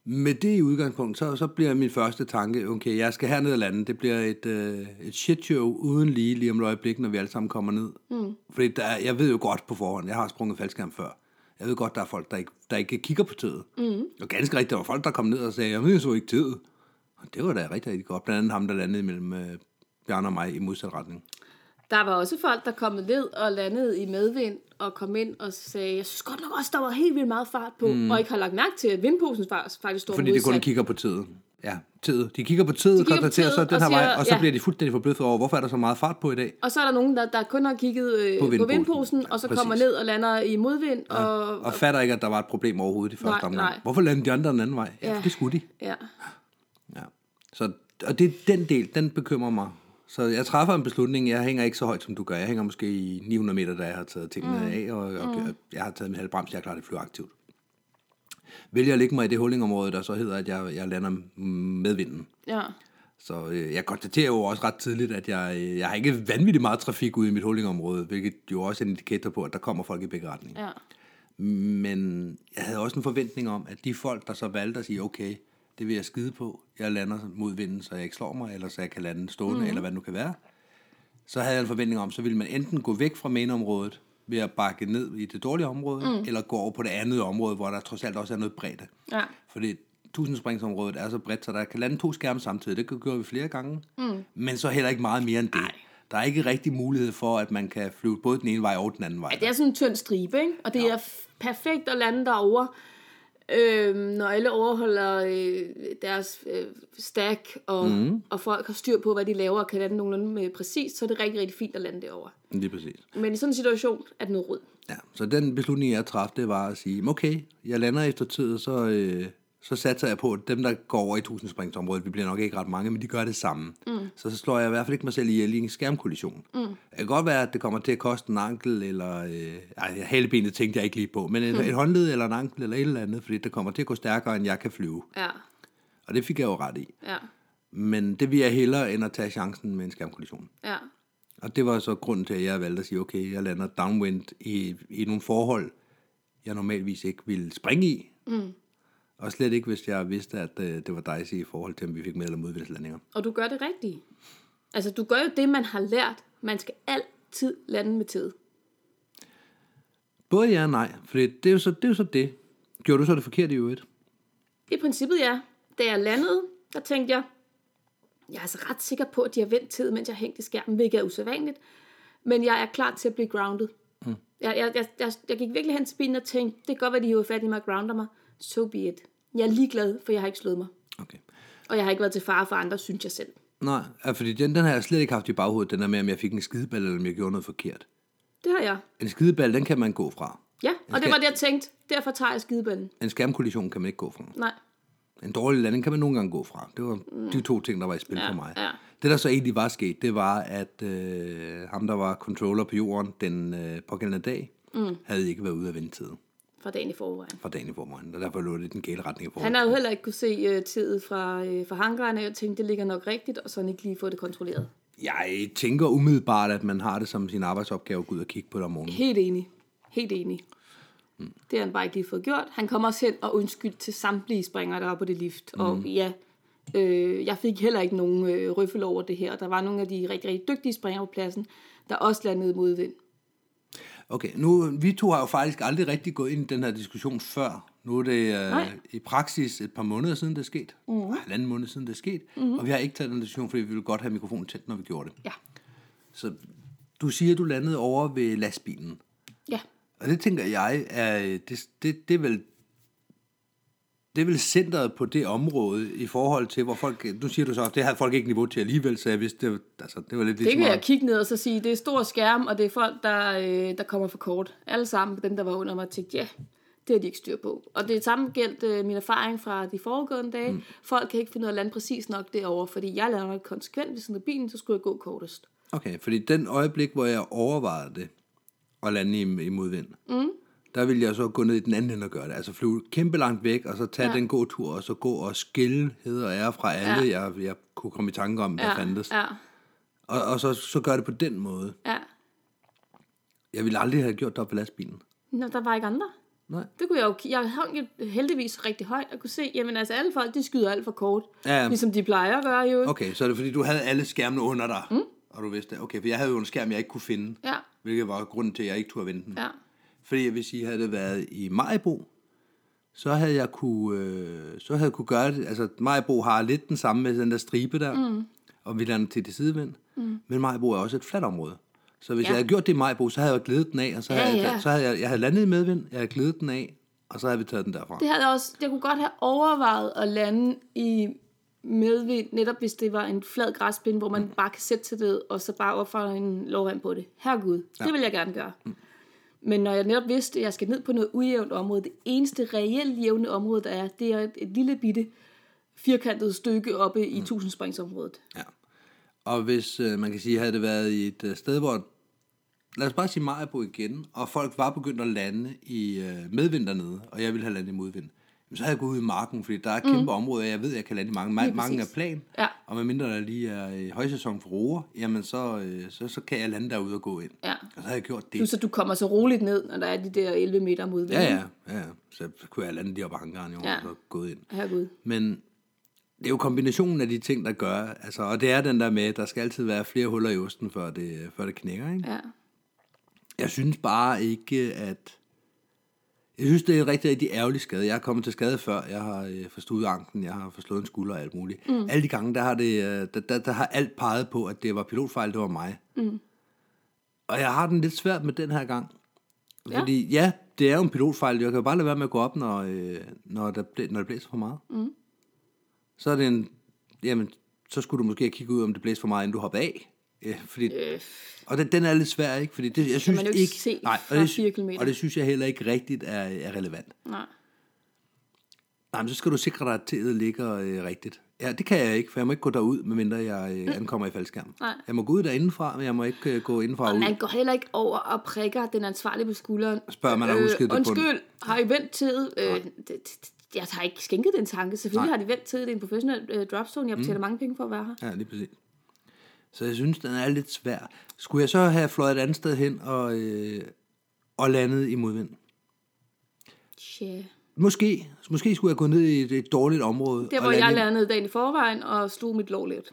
Speaker 3: Med det i udgangspunkt, så, så bliver min første tanke, okay, jeg skal herned og lande. Det bliver et, øh, et shitshow uden lige, lige om et øjeblik, når vi alle sammen kommer ned. Mm. Fordi der, er- jeg ved jo godt på forhånd, jeg har sprunget faldskærm før. Jeg ved godt, der er folk, der ikke, der ikke kigger på tøjet. Mm. Og ganske rigtigt, der var folk, der kom ned og sagde, jeg ved så ikke tøjet. Og det var da rigtig, rigtig godt. Blandt andet ham, der landede mellem øh, Bjarne og mig i modsat retning.
Speaker 2: Der var også folk, der kom ned og landede i medvind og kom ind og sagde, jeg synes godt nok også, der var helt vildt meget fart på, mm. og ikke har lagt mærke til, at vindposen fa- faktisk står
Speaker 3: Fordi de
Speaker 2: modsat.
Speaker 3: kun kigger på tiden. Ja, tiden. De kigger på tiden,
Speaker 2: kigger på
Speaker 3: konstaterer så
Speaker 2: tiden
Speaker 3: den
Speaker 2: og
Speaker 3: her vej,
Speaker 2: siger,
Speaker 3: og så
Speaker 2: ja.
Speaker 3: bliver de fuldstændig forbløffet over, hvorfor er der så meget fart på i dag?
Speaker 2: Og så er der nogen, der, der kun har kigget øh,
Speaker 3: På
Speaker 2: på, vindposen.
Speaker 3: vindposen.
Speaker 2: og så
Speaker 3: Præcis.
Speaker 2: kommer ned og lander i modvind. Ja. Og,
Speaker 3: Og fatter ikke, at der var et problem overhovedet i første
Speaker 2: Nej,
Speaker 3: omgang.
Speaker 2: nej.
Speaker 3: Hvorfor landede de andre den anden vej? Ja,
Speaker 2: Ja.
Speaker 3: ja. det skulle de.
Speaker 2: ja.
Speaker 3: Ja. Så, og det er den del, den bekymrer mig. Så jeg træffer en beslutning, jeg hænger ikke så højt, som du gør. Jeg hænger måske i 900 meter, da jeg har taget tingene mm. af, og, og mm. jeg har taget min halvbrems, jeg er klar til at flyve aktivt. Vælger at lægge mig i det hullingområde, der så hedder, at jeg, jeg lander med vinden.
Speaker 2: ja.
Speaker 3: Så øh, jeg konstaterer jo også ret tidligt, at jeg, øh, jeg har ikke vanvittigt meget trafik ude i mit hullingområde, hvilket jo også er en indikator på, at der kommer folk i begge retninger.
Speaker 2: Ja.
Speaker 3: Men jeg havde også en forventning om, at de folk, der så valgte at sige, okay, det vil jeg skide på, jeg lander mod vinden, så jeg ikke slår mig, eller så jeg kan lande stående, mm. eller hvad det nu kan være, så havde jeg en forventning om, så ville man enten gå væk fra mainområdet ved at bakke ned i det dårlige område, mm. eller gå over på det andet område, hvor der trods alt også er noget bredde.
Speaker 2: Ja.
Speaker 3: Fordi tusindspringsområdet er så bredt, så der kan lande to skærme samtidig. Det gjorde vi flere gange. Mm. Men så heller ikke meget mere end det. Ej. Der er ikke rigtig mulighed for, at man kan flyve både den ene vej og den anden vej.
Speaker 2: Det er sådan en tynd stribe, ikke? Og det er f- perfekt at lande derovre. Øhm, når alle overholder øh, deres øh, stack, og, mm. og folk har styr på, hvad de laver, og kan lande nogenlunde øh, præcist, så er det rigtig, rigtig fint at lande det over.
Speaker 3: Lige præcis.
Speaker 2: Men i sådan en situation er det noget råd.
Speaker 3: Ja, så den beslutning, jeg træffede, det var at sige, "Men okay, jeg lander efter tid, så, øh, så satser jeg på, at dem, der går over i tusindspringsområdet, vi bliver nok ikke ret mange, men de gør det samme. Mm. Så, så slår jeg i hvert fald ikke mig selv ihjel i en skærmkollision. Mm. Det kan godt være, at det kommer til at koste en ankel, eller øh, ej, halebenet tænkte jeg ikke lige på, men et, mm. et håndled eller en ankel eller et eller andet, fordi det kommer til at gå stærkere, end jeg kan flyve.
Speaker 2: Ja,
Speaker 3: Og det fik jeg jo ret i.
Speaker 2: ja,
Speaker 3: Men det vil jeg hellere, end at tage chancen med en skærmkollision.
Speaker 2: ja,
Speaker 3: Og det var så grunden til, at jeg valgte at sige, okay, jeg lander downwind i, i nogle forhold, jeg normalvis ikke ville springe i. Mm. Og slet ikke, hvis jeg vidste, at øh, det var dejligt i forhold til, om vi fik med eller modvindslandinger.
Speaker 2: og du gør det rigtigt. Altså, du gør jo det, man har lært. Man skal altid lande med tid.
Speaker 3: Både ja og nej, for det, det, er jo så, det er jo så det. Gjorde du så det forkert i øvrigt?
Speaker 2: I princippet ja. Da jeg landede, der tænkte jeg, jeg er altså ret sikker på, at de har vendt tid, mens jeg hængte i skærmen, hvilket er usædvanligt. Men jeg er klar til at blive grounded. Mm. Jeg, jeg, jeg, jeg, jeg gik virkelig hen til bilen og tænkte, det kan godt være, de hiver fat i mig og grounder mig. So be it. Jeg er ligeglad, for jeg har ikke slået mig.
Speaker 3: Okay.
Speaker 2: Og jeg har ikke været til fare for andre, synes jeg selv.
Speaker 3: Nej, ja, fordi den, den har jeg slet ikke haft i baghovedet, den der med, om jeg fik en skideball, eller om jeg gjorde noget forkert.
Speaker 2: Det har jeg.
Speaker 3: En skideball, den kan man gå fra.
Speaker 2: Ja, og det var det, jeg tænkte. Derfor tager jeg skideballen.
Speaker 3: En skærmkollision kan man ikke gå fra.
Speaker 2: Nej.
Speaker 3: En dårlig landing kan man nogle gange gå fra. Det var mm. de to ting, der var i spil
Speaker 2: Ja,
Speaker 3: for mig.
Speaker 2: ja.
Speaker 3: Det, der så egentlig var sket, det var, at øh, ham, der var controller på jorden den øh, pågældende dag, mm. havde ikke været ude af ventetiden
Speaker 2: Fra dagen i forvejen.
Speaker 3: fra dagen i forvejen. Og derfor lå det i den gale retning i forhold.
Speaker 2: Han har jo heller ikke kunne se uh, tiden fra, uh, fra hangaren, og jeg tænkte, det ligger nok rigtigt, og så han ikke lige få det kontrolleret.
Speaker 3: Jeg tænker umiddelbart, at man har det som sin arbejdsopgave at gå ud og kigge på det om morgenen.
Speaker 2: Helt enig. Helt enig. Mm. Det har han bare ikke lige fået gjort. Han kommer også hen og undskyld til samtlige springere, der var på det lift. Mm. Og ja, øh, jeg fik heller ikke nogen øh, røffel over det her. Der var nogle af de rigtig, rigtig dygtige springere på pladsen, der også landede modvind.
Speaker 3: Okay, nu, vi to har jo faktisk aldrig rigtig gået ind i den her diskussion før. Nu er det øh,
Speaker 2: Nej. Mhm.
Speaker 3: i praksis et par måneder siden, det er sket. Mm. Halvanden måned siden, det er sket. Mm. Og vi har ikke taget den diskussion, fordi vi ville godt have mikrofonen tændt, når vi gjorde det.
Speaker 2: Ja.
Speaker 3: Så du siger, at du landede over ved lastbilen.
Speaker 2: Ja.
Speaker 3: Og det tænker jeg, er, øh, det, det, det er vel det er vel centret på det område i forhold til, hvor folk... Nu siger du så, at det havde folk ikke niveau til alligevel, så jeg vidste, det, var- altså, det var lidt
Speaker 2: Det
Speaker 3: ligesom...
Speaker 2: kan
Speaker 3: at-
Speaker 2: jeg kigge ned og så sige, det er stor skærm, og det er folk, der, øh, der kommer for kort. Alle sammen, dem der var under mig, tænkte, ja, det har de ikke styr på. Og det samme gældt øh, min erfaring fra de foregående dage. Mm. Folk kan ikke finde ud af at lande præcis nok derovre, fordi jeg lander nok konsekvent ved siden af bilen, så skulle jeg gå kortest.
Speaker 3: Okay, fordi den øjeblik, hvor jeg overvejede det, og lande i, i modvind, mm. der ville jeg så gå ned i den anden ende og gøre det. Altså flyve kæmpe langt væk, og så tage ja. den gode tur, og så gå og skille hed og ære fra alle, ja. jeg, jeg kunne komme i tanke om, der ja. fandtes.
Speaker 2: Ja,
Speaker 3: Og, og så, så gøre det på den måde.
Speaker 2: ja.
Speaker 3: Jeg ville aldrig have gjort det op ved lastbilen.
Speaker 2: Nå, der var ikke andre.
Speaker 3: Nej.
Speaker 2: Det kunne jeg jo, ki- jeg hang jo heldigvis rigtig højt og kunne se, jamen altså alle folk, de skyder alt for kort.
Speaker 3: Ja, ja.
Speaker 2: Ligesom de plejer at gøre jo. ikke?
Speaker 3: Okay, så er det fordi, du havde alle skærmene under dig, mm. og du vidste det. Okay, for jeg havde jo en skærm, jeg ikke kunne finde,
Speaker 2: Ja,
Speaker 3: hvilket var grunden til, at jeg ikke turde vente den.
Speaker 2: ja,
Speaker 3: Fordi hvis I havde det været i Majbo, så havde jeg kunne, øh, så havde jeg kunne gøre det. Altså, Majbo har lidt den samme med den der stribe der, mm. og vi lander til det sidevind. Mm. Men Majbo er også et fladt område. Så hvis ja. jeg havde gjort det i Majbo, så havde jeg glædet den af, og så
Speaker 2: Ja,
Speaker 3: havde,
Speaker 2: ja.
Speaker 3: Jeg, så havde jeg, jeg havde landet i medvind, jeg havde glædet den af, og så havde vi taget den derfra.
Speaker 2: Det havde jeg også, jeg kunne godt have overvejet at lande i medvind, netop hvis det var en flad græsplæne, hvor man mm. bare kan sætte til det, og så bare opføre en lovvand på det. Herregud, ja. det vil jeg gerne gøre. Mm. Men når jeg netop vidste, at jeg skal ned på noget ujævnt område, det eneste reelt jævne område, der er, det er et, et lille bitte firkantet stykke oppe i mm. tusindspringsområdet.
Speaker 3: Ja. Og hvis øh, man kan sige, havde det været i et øh, sted, hvor, lad os bare sige Majbo igen, og folk var begyndt at lande i øh, medvind dernede, og jeg ville have landet i modvind, jamen, så havde jeg gået ud i marken, fordi der er kæmpe mm. områder, og jeg ved, jeg kan lande i mange. Ma- mange er
Speaker 2: præcis.
Speaker 3: plan,
Speaker 2: Ja.
Speaker 3: og medmindre der lige er øh, højsæson for roer, jamen så, øh, så, så kan jeg lande derude og gå ind.
Speaker 2: Ja.
Speaker 3: Og så havde jeg gjort det.
Speaker 2: Plus at du kommer så roligt ned, når der er de der 11 meter modvind.
Speaker 3: Ja, ja, ja. ja. Så kunne jeg lande lige op ad hangaren, jo,
Speaker 2: Ja.
Speaker 3: ja. og så gået ind.
Speaker 2: Herregud.
Speaker 3: Men det er jo kombinationen af de ting, der gør, altså, og det er den der med, at der skal altid være flere huller i osten, før det, før det knækker. Ikke?
Speaker 2: Ja.
Speaker 3: Jeg synes bare ikke, at... Jeg synes, det er en rigtig, rigtig ærgerlig skade. Jeg er kommet til skade før. Jeg har øh, forstudet anklen, jeg har forslået en skulder og alt muligt. Mm. Alle de gange, der har, det, øh, der, der, der har alt peget på, at det var pilotfejl, det var mig. Mm. Og jeg har den lidt svært med den her gang.
Speaker 2: Ja.
Speaker 3: Fordi ja, det er jo en pilotfejl. Jeg kan jo bare lade være med at gå op, når, øh, når, der, blæ- når det blæser for meget. Mm. Så er det en... Jamen, så skulle du måske have kigget ud, om det blæser for meget, inden du hoppede af. Øh, fordi, øh. Og den, den er lidt svær, ikke? Fordi det, jeg synes
Speaker 2: man jo ikke se
Speaker 3: og
Speaker 2: fra
Speaker 3: det,
Speaker 2: fire kilometer.
Speaker 3: Og det synes jeg heller ikke rigtigt er, er relevant.
Speaker 2: Nej.
Speaker 3: Nej, men så skal du sikre dig, at teet ligger øh, rigtigt. Ja, det kan jeg ikke, for jeg må ikke gå derud, medmindre jeg øh, ankommer i faldskærm.
Speaker 2: Nej.
Speaker 3: Jeg må gå ud derindefra, men jeg må ikke øh, gå indenfra og ud.
Speaker 2: Man går heller ikke over og prikker den ansvarlige på skulderen.
Speaker 3: Spørger, om man har husket det på den.
Speaker 2: Undskyld, har I vendt tid? Øh, det, det, det- jeg har ikke skænket den tanke. Selvfølgelig
Speaker 3: Nej. Mm.
Speaker 2: har de vendt tid. Det er en professionel øh, dropzone. Jeg betaler mange penge for at være her.
Speaker 3: Ja, lige præcis. Så jeg synes, den er lidt svær. Skulle jeg så have fløjet et andet sted hen og, øh, og landet i modvind?
Speaker 2: Tja.
Speaker 3: Måske. Måske skulle jeg gå ned i et, et dårligt område.
Speaker 2: Der,
Speaker 3: og
Speaker 2: hvor jeg
Speaker 3: lande i-
Speaker 2: landede dagen i forvejen og slog mit lov lidt.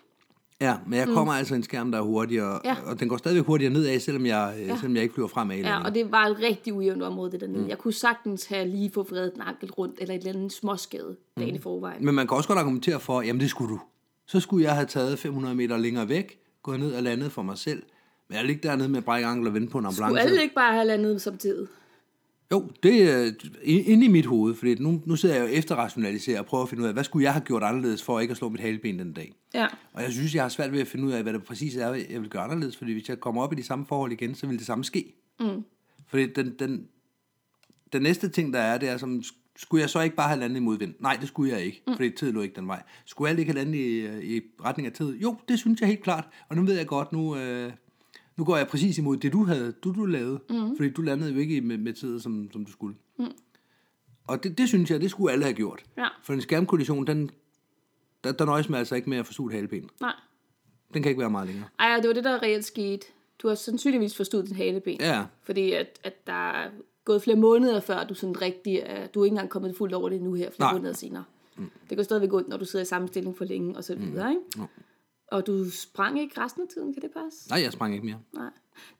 Speaker 3: Ja, men jeg kommer mm. altså i en skærm, der er hurtigere.
Speaker 2: Ja.
Speaker 3: Og den går stadigvæk hurtigere nedad, selvom jeg, ja. selvom jeg ikke flyver fremad. i
Speaker 2: Ja,
Speaker 3: landingen.
Speaker 2: og det var et rigtig ujævnt område, det dernede. Mm. Jeg kunne sagtens have lige få vredet en ankel rundt, eller et eller andet småskade dagen
Speaker 3: Mm.
Speaker 2: i forvejen.
Speaker 3: Men man kan også godt argumentere for, jamen det skulle du. Så skulle jeg have taget 500 meter længere væk, gået ned og landet for mig selv. Men jeg ligger dernede med brækket ankel og vente på en ambulance.
Speaker 2: Skulle alle ikke bare have landet samtidig?
Speaker 3: Jo, det er i- inde i mit hoved, fordi nu, nu sidder jeg jo efterrationaliserer og prøver at finde ud af, hvad skulle jeg have gjort anderledes for ikke at slå mit haleben den dag?
Speaker 2: Ja.
Speaker 3: Og jeg synes, jeg har svært ved at finde ud af, hvad det præcis er, jeg vil gøre anderledes, fordi hvis jeg kommer op i de samme forhold igen, så vil det samme ske. Mm. Fordi den, den, den næste ting, der er, det er, som, skulle jeg så ikke bare have landet i modvind? Nej, det skulle jeg ikke, mm. fordi tid lå ikke den vej. Skulle alt ikke have landet i, øh, i retning af tid? Jo, det synes jeg helt klart. Og nu ved jeg godt, nu, øh, nu går jeg præcis imod det, du havde, du, du lavede. Mm. Fordi du landede jo ikke i- med, med tid, som, som du skulle. Mm. Og det, det synes jeg, det skulle alle have gjort.
Speaker 2: Ja.
Speaker 3: For en skærmkollision, den, der, der nøjes man altså ikke med at forsuge et haleben.
Speaker 2: Nej.
Speaker 3: Den kan ikke være meget længere.
Speaker 2: Ej, og det var det, der reelt skete. Du har sandsynligvis forstået din haleben.
Speaker 3: Ja,
Speaker 2: Fordi at, at der er gået flere måneder før, du sådan rigtig er, du er ikke engang kommet fuldt over det nu her, flere Nej.
Speaker 3: Nej.
Speaker 2: måneder senere. Mm. Det går stadigvæk ondt, når du sidder i samme stilling for længe, og så videre, ikke?
Speaker 3: Mm. Jo.
Speaker 2: Og du sprang ikke resten af tiden, kan det passe?
Speaker 3: nej, jeg sprang ikke mere.
Speaker 2: Nej.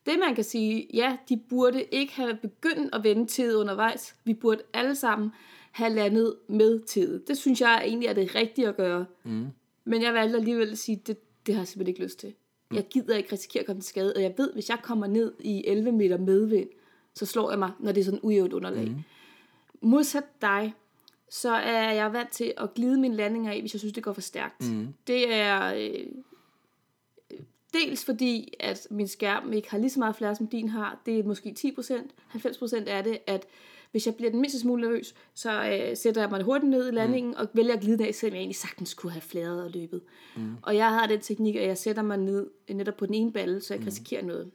Speaker 2: Det man kan sige, ja, de burde ikke have begyndt at vende tid undervejs. Vi burde alle sammen have landet med tid. Det synes jeg egentlig er det rigtige at gøre. Mm. Men jeg valgte alligevel at sige, det, det har jeg simpelthen ikke lyst til. Mm. Jeg gider ikke risikere at komme til skade, og jeg ved, hvis jeg kommer ned i 11 meter medvind, så slår jeg mig, når det er sådan ujævnt underlag. Mm. Modsat dig, så er jeg vant til at glide mine landinger af, hvis jeg synes, det går for stærkt. Mm. Det er øh, Dels fordi, at min skærm ikke har lige så meget flere, som din har. Det er måske 10%. 90% er det, at hvis jeg bliver den mindste smule nervøs, så øh, sætter jeg mig hurtigt ned i landingen mm. og vælger at glide den af, selvom jeg egentlig sagtens kunne have flæret og løbet. Mm. Og jeg har den teknik, at jeg sætter mig ned øh, netop på den ene balle, så jeg kan risikere noget.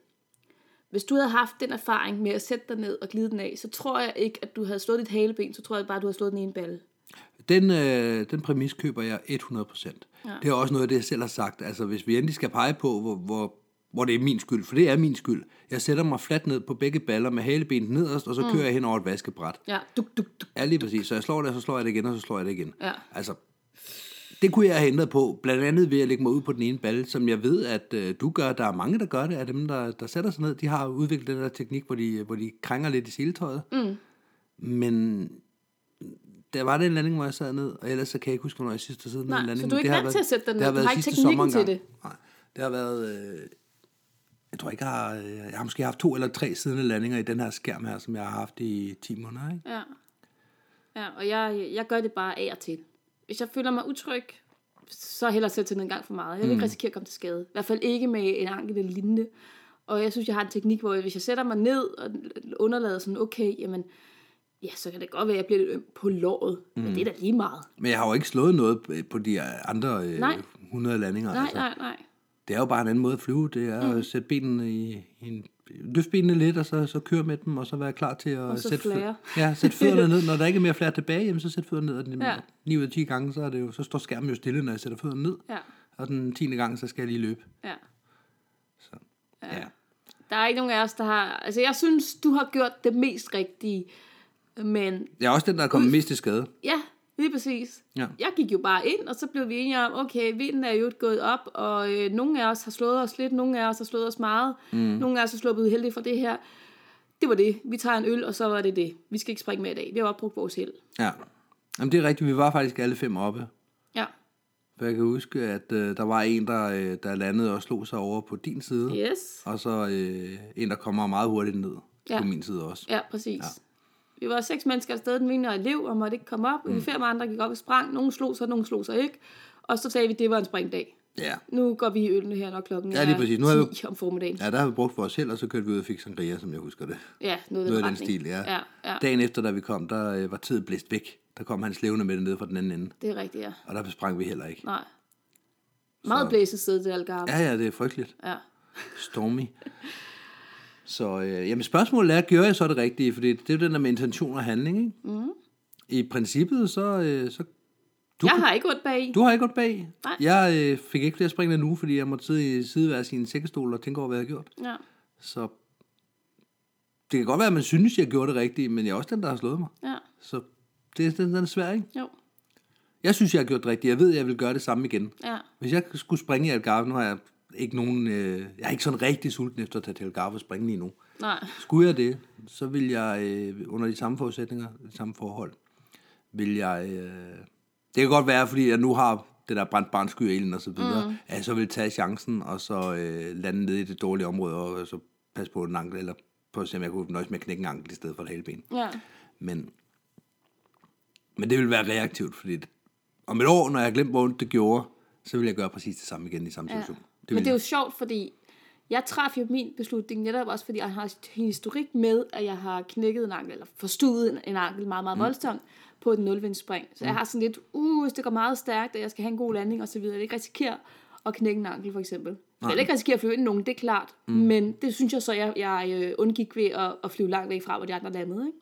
Speaker 2: Hvis du havde haft den erfaring med at sætte dig ned og glide den af, så tror jeg ikke, at du havde slået dit haleben, så tror jeg bare, at du havde slået den ene balle.
Speaker 3: Den, øh, den præmis køber jeg 100%. Ja. Det er også noget af det, jeg selv har sagt. Altså, hvis vi endelig skal pege på, hvor, hvor, hvor det er min skyld, for det er min skyld. Jeg sætter mig fladt ned på begge baller med halebenet nederst, og så mm. kører jeg hen over et vaskebræt.
Speaker 2: Ja, duk, duk, duk.
Speaker 3: Ja, lige præcis. Så jeg slår det, og så slår jeg det igen, og så slår jeg det igen.
Speaker 2: Ja.
Speaker 3: Altså, det kunne jeg have ændret på, blandt andet ved at lægge mig ud på den ene balle, som jeg ved, at øh, du gør. Der er mange, der gør det, af dem, der, der sætter sig ned. De har udviklet den der teknik, hvor de, hvor de krænger lidt i siletøjet. Mm. Men der var den landing, hvor jeg sad ned, og ellers så kan jeg ikke huske, hvornår jeg sidst har siddet ned i
Speaker 2: Nej,
Speaker 3: en landing.
Speaker 2: så du
Speaker 3: men
Speaker 2: er ikke
Speaker 3: det har
Speaker 2: vant
Speaker 3: været-
Speaker 2: til at sætte dig
Speaker 3: det
Speaker 2: ned.
Speaker 3: har
Speaker 2: Du
Speaker 3: været
Speaker 2: har ikke
Speaker 3: sidste
Speaker 2: teknikken
Speaker 3: sommerengang.
Speaker 2: til det.
Speaker 3: Nej, det har været... Øh, jeg tror ikke, jeg har, øh, jeg har måske haft to eller tre siddende landinger i den her skærm her, som jeg har haft i 10 måneder, ikke?
Speaker 2: Ja. Ja, og jeg, jeg gør det bare af og til. Hvis jeg føler mig utryg, så hellere sætte til den en gang for meget. Jeg vil ikke risikere at komme til skade. I hvert fald ikke med en ankel eller lignende. Og jeg synes, jeg har en teknik, hvor hvis jeg sætter mig ned og underlader sådan, okay, jamen, ja, så kan det godt være, at jeg bliver lidt øm på låret. Mm. Men det er da lige meget.
Speaker 3: Men jeg har jo ikke slået noget øh, på de andre øh,
Speaker 2: Nej.
Speaker 3: 100 landinger.
Speaker 2: Nej,
Speaker 3: altså.
Speaker 2: nej, nej.
Speaker 3: Det er jo bare en anden måde at flyve. Det er mm. at sætte benene i, i en, løfte benene lidt, og så, så køre med dem, og så være klar til at
Speaker 2: så
Speaker 3: sætte,
Speaker 2: flære.
Speaker 3: ja, sætte fødderne ned. Når der ikke er mere flere tilbage, jamen, så sæt fødderne ned. Og den, ja.
Speaker 2: Ja.
Speaker 3: 9 ud af 10 gange, så, er det jo, så står skærmen jo stille, når jeg sætter fødderne ned.
Speaker 2: Ja.
Speaker 3: Og den 10. gang, så skal jeg lige løbe.
Speaker 2: Ja.
Speaker 3: Så. Ja. ja.
Speaker 2: Der er ikke nogen af os, der har... Altså, jeg synes, du har gjort det mest rigtige. Men
Speaker 3: Jeg er også den, der er kommet mest til skade.
Speaker 2: Ja, lige præcis.
Speaker 3: Ja.
Speaker 2: Jeg gik jo bare ind, og så blev vi enige om, okay, vinden er jo gået op, og øh, nogle af os har slået os lidt, nogle af os har slået os meget, mm. nogle af os har sluppet heldigt fra det her. Det var det. Vi tager en øl, og så var det det. Vi skal ikke springe med i dag. Vi har opbrugt vores held.
Speaker 3: Ja. Jamen, det er rigtigt. Vi var faktisk alle fem oppe.
Speaker 2: Ja.
Speaker 3: For jeg kan huske, at øh, der var en, der, øh, der landede og slog sig over på din side.
Speaker 2: Yes.
Speaker 3: Og så øh, en, der kommer meget hurtigt ned. ja.
Speaker 2: Ja.
Speaker 3: på min side også.
Speaker 2: Ja, præcis. Ja. Vi var seks mennesker afsted, den ene var elev og måtte ikke komme op. Mm. Vi fem andre gik op og sprang. Nogle slog sig, nogle slog sig ikke. Og så sagde vi, at det var en springdag.
Speaker 3: Ja.
Speaker 2: Nu går vi i ølene her, når klokken
Speaker 3: Ja, lige præcis. Nu er
Speaker 2: er
Speaker 3: vi-
Speaker 2: 10 om formiddagen.
Speaker 3: ja, der har vi brugt for os selv, og så kørte vi ud og fik sangria, som jeg husker det.
Speaker 2: Ja, noget,
Speaker 3: Noget af den
Speaker 2: retning.
Speaker 3: stil, ja.
Speaker 2: ja, ja.
Speaker 3: Dagen efter, da vi kom, der øh, var tid blæst væk. Der kom hans levende med det nede fra den anden ende,
Speaker 2: Det er rigtigt, ja.
Speaker 3: og der sprang vi heller ikke.
Speaker 2: Nej. Meget så... blæset sted, det Algarve.
Speaker 3: Ja, ja, det er frygteligt.
Speaker 2: Ja.
Speaker 3: Stormy. Så øh, jamen spørgsmålet er, gør jeg så det rigtige? Fordi det er jo den der med intention og handling, ikke? Mm.
Speaker 2: Mm-hmm.
Speaker 3: I princippet, så, øh, så
Speaker 2: Du... Jeg har ikke ondt bag
Speaker 3: du har ikke gået bag.
Speaker 2: Nej.
Speaker 3: Jeg øh, fik ikke flere springende nu, fordi jeg måtte sidde i sidevær i en sækkestol og tænke over, hvad jeg har gjort.
Speaker 2: Ja.
Speaker 3: Så det kan godt være, at man synes, jeg gjorde det rigtige, men jeg er også den, der har slået mig.
Speaker 2: ja,
Speaker 3: Så det, den, den er svær, ikke?
Speaker 2: jo,
Speaker 3: Jeg synes, jeg har gjort det rigtige. Jeg ved, jeg vil gøre det samme igen.
Speaker 2: ja,
Speaker 3: Hvis jeg skulle springe i Algarve, nu har jeg ikke nogen... Øh, jeg er ikke sådan rigtig sulten efter at tage til Algarve og springe lige nu.
Speaker 2: nej,
Speaker 3: Skulle jeg det, så vil jeg øh, under de samme forudsætninger, de samme forhold, vil jeg... Øh, det kan godt være, fordi jeg nu har det der brændt barnsky i ilden og så videre, mm. at jeg så vil tage chancen og så øh, lande nede i det dårlige område og så passe på den ankel, eller på at se, om jeg kunne nøjes med at knække en ankel i stedet for et hele ben.
Speaker 2: ja,
Speaker 3: Men, men det vil være reaktivt, fordi det, om et år, når jeg har glemt, hvor ondt det gjorde, så vil jeg gøre præcis det samme igen i samme
Speaker 2: ja.
Speaker 3: situation.
Speaker 2: Men
Speaker 3: vil
Speaker 2: det er jo sjovt, fordi jeg traf jo min beslutning netop også, fordi jeg har en historik med, at jeg har knækket en ankel, eller forstuet en, en ankel meget,
Speaker 3: Mm.
Speaker 2: meget voldsomt på et nulvindspring. Så jeg har sådan lidt, uh, hvis det går meget stærkt, og jeg skal have en god landing osv., jeg vil ikke risikere at knække en ankel for eksempel. Jeg vil ikke risikere at flyve ind i nogen, det er klart, mm. men det synes jeg så, jeg, jeg øh, undgik ved at, at flyve langt væk fra, hvor de andre landede, ikke?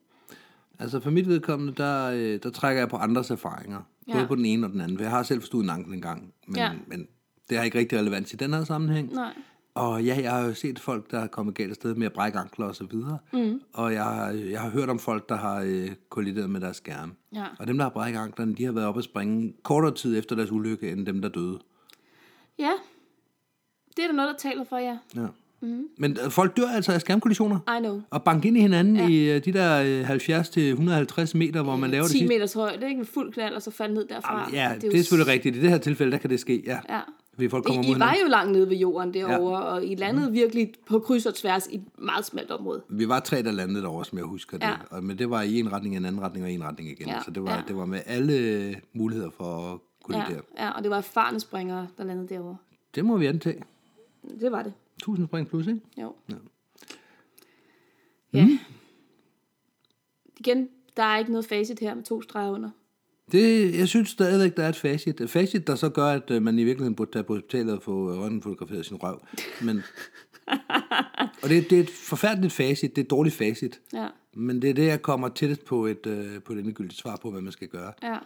Speaker 3: Altså for mit vedkommende, der, øh, der trækker jeg på andres erfaringer.
Speaker 2: Ja.
Speaker 3: Både på den ene og den anden. For jeg har selv forstået en ankel en gang. Men,
Speaker 2: Ja.
Speaker 3: men det har ikke rigtig relevans i den her sammenhæng.
Speaker 2: Nej.
Speaker 3: Og ja, jeg har jo set folk, der er kommet galt afsted med at brække ankler og så videre. Mm. Og jeg, har- jeg har hørt om folk, der har øh, kollideret med deres skærme.
Speaker 2: Ja.
Speaker 3: Og dem, der har brækket anklerne, de har været oppe at springe kortere tid efter deres ulykke, end dem, der døde.
Speaker 2: Ja, det er der noget, der taler for jer.
Speaker 3: Ja. Mm. Men øh, folk dør altså af skærmkollisioner.
Speaker 2: I know.
Speaker 3: Og banke ind i hinanden ja. i øh, de der øh, 70-150 meter, hvor man laver det
Speaker 2: 10
Speaker 3: sidste.
Speaker 2: meters højde, ikke? Med fuld knald, og så falde ned derfra.
Speaker 3: Jamen, Ja, det er,
Speaker 2: Ah, jo
Speaker 3: det er selvfølgelig rigtigt. I det her tilfælde, der kan det ske, ja.
Speaker 2: Ja.
Speaker 3: Fordi folk kommer
Speaker 2: I,
Speaker 3: mod
Speaker 2: I var
Speaker 3: hinanden. Mhm.
Speaker 2: jo langt nede ved jorden derovre, og I landede virkelig på kryds og tværs i et meget smalt område.
Speaker 3: Vi var tre, der landede derovre, som jeg husker det.
Speaker 2: Ja.
Speaker 3: Og, men det var i en retning, en anden retning og en retning igen.
Speaker 2: Ja,
Speaker 3: Så det var,
Speaker 2: ja.
Speaker 3: det var med alle muligheder for at kunne
Speaker 2: Ja,
Speaker 3: ja. der.
Speaker 2: ja, og det var erfarne springere, der landede derovre.
Speaker 3: Det må vi antage.
Speaker 2: Det var det,
Speaker 3: 1000 spring plus, ikke?
Speaker 2: jo.
Speaker 3: Ja.
Speaker 2: ja. Mm. Igen, der er ikke noget facit her med to streger under.
Speaker 3: Det, jeg synes stadigvæk, der er et facit. Et facit, der så gør, at øh, man i virkeligheden burde tage på hospitalet og få øh, røntgenfotograferet sin røv. Men, og det, det er et forfærdeligt facit. Det er et dårligt facit.
Speaker 2: Ja,
Speaker 3: Men det er det, jeg kommer tættest på et, øh, på et endegyldigt svar på, hvad man skal gøre.
Speaker 2: ja.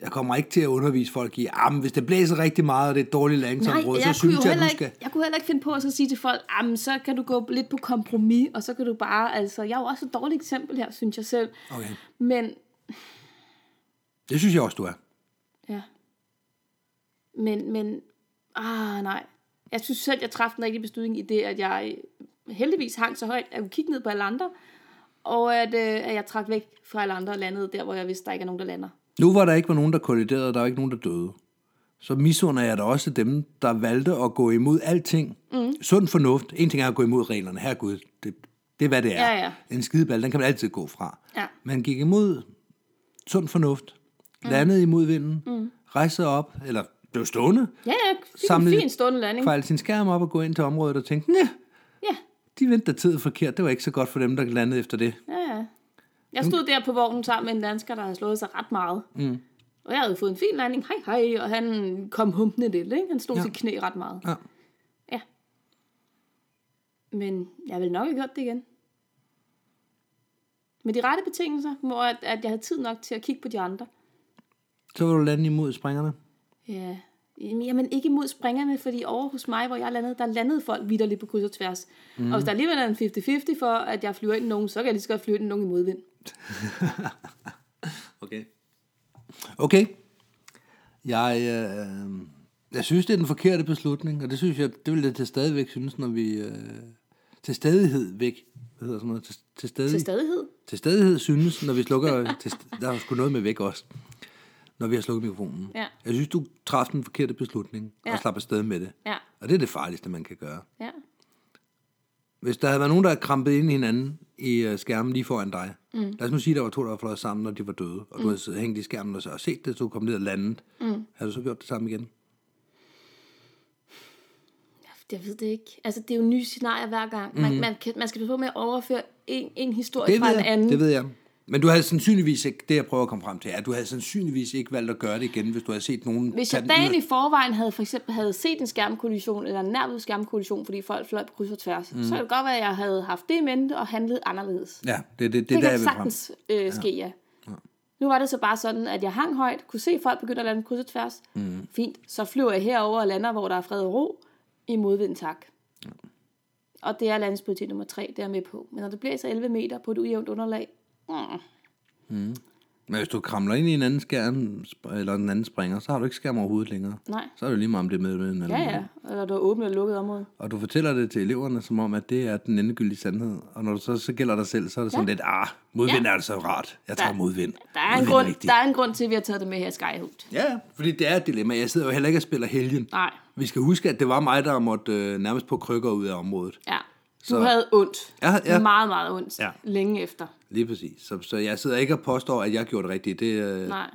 Speaker 3: Jeg kommer ikke til at undervise folk i, at hvis det blæser rigtig meget, og det er et dårligt landingsområde, så
Speaker 2: jeg, kunne
Speaker 3: synes
Speaker 2: jo
Speaker 3: jeg, at
Speaker 2: heller
Speaker 3: du
Speaker 2: ikke,
Speaker 3: skal...
Speaker 2: jeg kunne heller ikke finde på at så sige til folk, "Jamen, så kan du gå lidt på kompromis, og så kan du bare, altså, jeg er jo også et dårligt eksempel her, synes jeg selv.
Speaker 3: Okay.
Speaker 2: Men,
Speaker 3: Det synes jeg også, du er.
Speaker 2: ja. Men, men, ah nej. Jeg synes selv, jeg træffede en rigtig beslutning i det, at jeg heldigvis hang så højt, at jeg kunne kigge ned på alle andre, og at, øh, at jeg trak væk fra alle andre og landede der, hvor jeg vidste, der ikke er nogen, der lander.
Speaker 3: Nu var der ikke var nogen, der kolliderede, og der var ikke nogen, der døde. Så misunder jeg da også dem, der valgte at gå imod alting. Mm. Sund fornuft. En ting er at gå imod reglerne. Herregud, det, det er, hvad det er.
Speaker 2: Ja, ja.
Speaker 3: En skideball, den kan man altid gå fra.
Speaker 2: Ja.
Speaker 3: Man gik imod sund fornuft. Landede imod vinden. Mm. Rejste sig op, eller blev stående.
Speaker 2: Ja, jeg fik
Speaker 3: Samle-
Speaker 2: en fin stående landing.
Speaker 3: Fejlede sin skærm op og gå ind til området og tænkte, "Næh,
Speaker 2: Ja,
Speaker 3: de vendte tid forkert. Det var ikke så godt for dem, der landede efter det.
Speaker 2: Ja, ja. Jeg stod der på vognen sammen med en dansker, der havde slået sig ret meget. Mm. Og jeg havde fået en fin landing, hej hej, og han kom humpende lidt, ikke? Han slog ja. sit knæ ret meget.
Speaker 3: Ja.
Speaker 2: Ja. Men jeg ville nok have gjort det igen. Med de rette betingelser, hvor at, at jeg havde tid nok til at kigge på de andre.
Speaker 3: Så var du landet imod springerne.
Speaker 2: Ja. Jamen ikke imod springerne, fordi over hos mig, hvor jeg landede, der landede folk vidderligt på kryds og tværs.
Speaker 3: Mhm.
Speaker 2: Mm. Og hvis der alligevel er en 50-50 for, at jeg flyver ind i nogen, så kan jeg lige så godt flyve ind i nogen i modvind.
Speaker 3: Okay. Okay. Jeg, øh, jeg synes, det er den forkerte beslutning, og det synes jeg, det vil jeg til stadigvæk synes, når vi... Øh, til stadighed væk. Hvad hedder sådan noget? Til, til, stadig,
Speaker 2: Til stadighed.
Speaker 3: til stadighed synes, når vi slukker... til, st- der er sgu noget med væk også. Når vi har slukket mikrofonen.
Speaker 2: Ja.
Speaker 3: Jeg synes, du traf den forkerte beslutning, ja.
Speaker 2: Ja.
Speaker 3: og slap afsted med det.
Speaker 2: Ja.
Speaker 3: Og det er det farligste, man kan gøre.
Speaker 2: Ja.
Speaker 3: Hvis der havde været nogen, der havde krampet ind i hinanden i øh, skærmen lige foran dig, mm. lad os nu sige, at der var to, der var fløjet sammen, og de var døde, og mm. du havde siddet- hængt i skærmen og så og set det, så du kom ned og landet, mm. havde du så gjort det samme igen?
Speaker 2: Jeg ved det ikke. Altså, det er jo nye scenarier hver gang. Man, mm. man, kan, man skal passe på med at overføre en, en historie
Speaker 3: Mhm.
Speaker 2: fra
Speaker 3: Det ved,
Speaker 2: en
Speaker 3: jeg,
Speaker 2: anden.
Speaker 3: det ved jeg. Men du havde sandsynligvis ikke, det jeg prøver at komme frem til, er, at du havde sandsynligvis ikke valgt at gøre det igen, hvis du havde set nogen...
Speaker 2: Hvis
Speaker 3: tage
Speaker 2: jeg
Speaker 3: den ud af-
Speaker 2: dagen i forvejen havde, for eksempel, havde set en skærmkollision, eller en nærmest skærmkollision, fordi folk fløj på kryds og tværs, mm. så kan det godt være, at jeg havde haft det i mente og handlet anderledes.
Speaker 3: Ja, det, det, det,
Speaker 2: Det,
Speaker 3: det der,
Speaker 2: det
Speaker 3: jeg
Speaker 2: kan
Speaker 3: vil frem.
Speaker 2: sagtens øh, ske, ja. Nu var det så bare sådan, at jeg hang højt, kunne se folk begynde at lande kryds og tværs. Mm. Fint, så flyver jeg herover og lander, hvor der er fred og ro, i modvind tak. Og det er landingspolitik nummer tre, det er jeg med på. Men når det blæser 11 meter på et ujævnt underlag, mm,
Speaker 3: Men hvis du kramler ind i en anden skærm, sp- eller en anden springer, så har du ikke skærm overhovedet længere.
Speaker 2: nej.
Speaker 3: Så er det lige meget, om det er med eller
Speaker 2: Ja, ja. Eller der er åbent eller lukket område.
Speaker 3: Og du fortæller det til eleverne, som om, at det er den endegyldige sandhed. Og når du så, så gælder dig selv, så er det sådan lidt, ah, modvind
Speaker 2: Ja.
Speaker 3: er altså rart. Jeg tager
Speaker 2: Der-
Speaker 3: modvind.
Speaker 2: Der er, en
Speaker 3: Modvind
Speaker 2: grund,
Speaker 3: vigtigt.
Speaker 2: der er en grund til, at vi har taget det med her i Skyhoot.
Speaker 3: Ja, fordi det er et dilemma. Jeg sidder jo heller ikke og spiller helgen.
Speaker 2: Nej.
Speaker 3: Vi skal huske, at det var mig, der måtte øh, nærmest på krykker ud af området.
Speaker 2: Ja. Du
Speaker 3: Så-
Speaker 2: så... havde ondt.
Speaker 3: Ja, ja.
Speaker 2: Meget, meget ondt.
Speaker 3: Ja.
Speaker 2: Længe efter.
Speaker 3: Lige præcis. Så, så jeg sidder ikke og påstår, at jeg gjorde det rigtigt. Det, øh,
Speaker 2: Nej.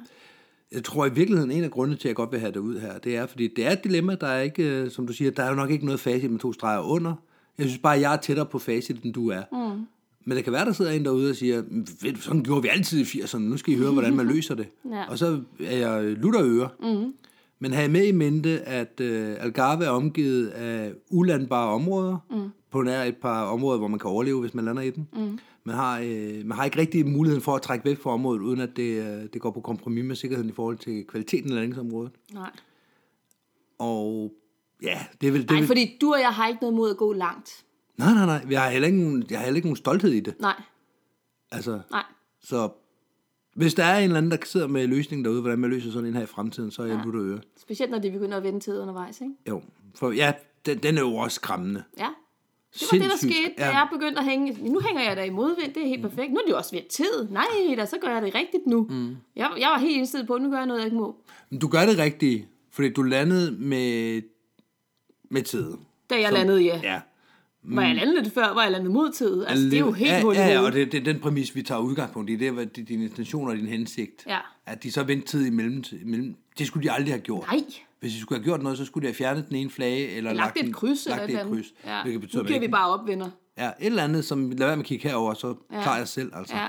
Speaker 3: jeg tror i virkeligheden, en af grundene til, at jeg godt vil have det ud her, det er, fordi det er et dilemma, der er ikke, øh, som du siger, der er jo nok ikke noget facit med to streger under. Jeg synes bare, at jeg er tættere på facit, end du er. Mm. Men det kan være, der sidder en derude og siger, "Men ved du, sådan gjorde vi altid i 80'erne, nu skal I høre, hvordan man løser det.
Speaker 2: Ja.
Speaker 3: Og så er jeg øh, lutter øre. Mm. Men have med i mente, at øh, Algarve er omgivet af ulandbare områder, mm. på nær et par områder, hvor man kan overleve, hvis man lander i den. Mm. Man, har, øh, man har ikke rigtig muligheden for at trække væk fra området, uden at det, øh, det går på kompromis med sikkerheden i forhold til kvaliteten af landingsområdet.
Speaker 2: Nej.
Speaker 3: Og ja, det er vel... Det er
Speaker 2: Nej,
Speaker 3: vel-
Speaker 2: fordi du og jeg har ikke noget mod at gå langt.
Speaker 3: Nej, nej, nej. Jeg har heller ikke nogen, jeg har heller ikke nogen stolthed i det.
Speaker 2: Nej,
Speaker 3: Altså,
Speaker 2: nej.
Speaker 3: så hvis der er en eller anden, der sidder med løsningen derude, hvordan man løser sådan en her i fremtiden, så er jeg ja. lutter øre.
Speaker 2: Specielt når de begynder at vende tid undervejs, ikke?
Speaker 3: Jo, for ja, den, den er jo også skræmmende.
Speaker 2: Ja. Det var det, der
Speaker 3: Sindssygt.
Speaker 2: skete, da
Speaker 3: Ja. Mm.
Speaker 2: jeg begyndte at hænge. Nu hænger jeg der i modvind, det er helt perfekt. Nu er det jo også ved tid. Nej, da, så gør jeg det rigtigt nu. Mm. Jeg, jeg var helt indstillet på, at nu gør jeg noget, jeg ikke må.
Speaker 3: Men Du gør det rigtigt, fordi du landede med, med tiden.
Speaker 2: Da jeg landede, ja.
Speaker 3: Ja.
Speaker 2: Var jeg landet lidt før, var jeg landet mod tid. Altså, det er jo helt
Speaker 3: Mm. ja,
Speaker 2: hul i
Speaker 3: ja, ja,
Speaker 2: hovedet.
Speaker 3: og det, det er den præmis, vi tager udgangspunkt i. Det er hvad- det er dine intentioner og din hensigt.
Speaker 2: Ja.
Speaker 3: At de så vendte tid i mellem, mellem... Det skulle de aldrig have gjort.
Speaker 2: Nej.
Speaker 3: Hvis de skulle have gjort noget, så skulle de have fjernet den ene flage, eller
Speaker 2: lagt, lagt
Speaker 3: en-
Speaker 2: et kryds
Speaker 3: lagt
Speaker 2: eller
Speaker 3: et
Speaker 2: andet.
Speaker 3: kryds.
Speaker 2: Ja.
Speaker 3: Hvilket betyder,
Speaker 2: nu
Speaker 3: at man
Speaker 2: giver vi
Speaker 3: ikke-
Speaker 2: bare op, venner.
Speaker 3: Ja, et eller andet, som lad være med at kigge herover, så ja. klarer jeg selv. Altså.
Speaker 2: Ja.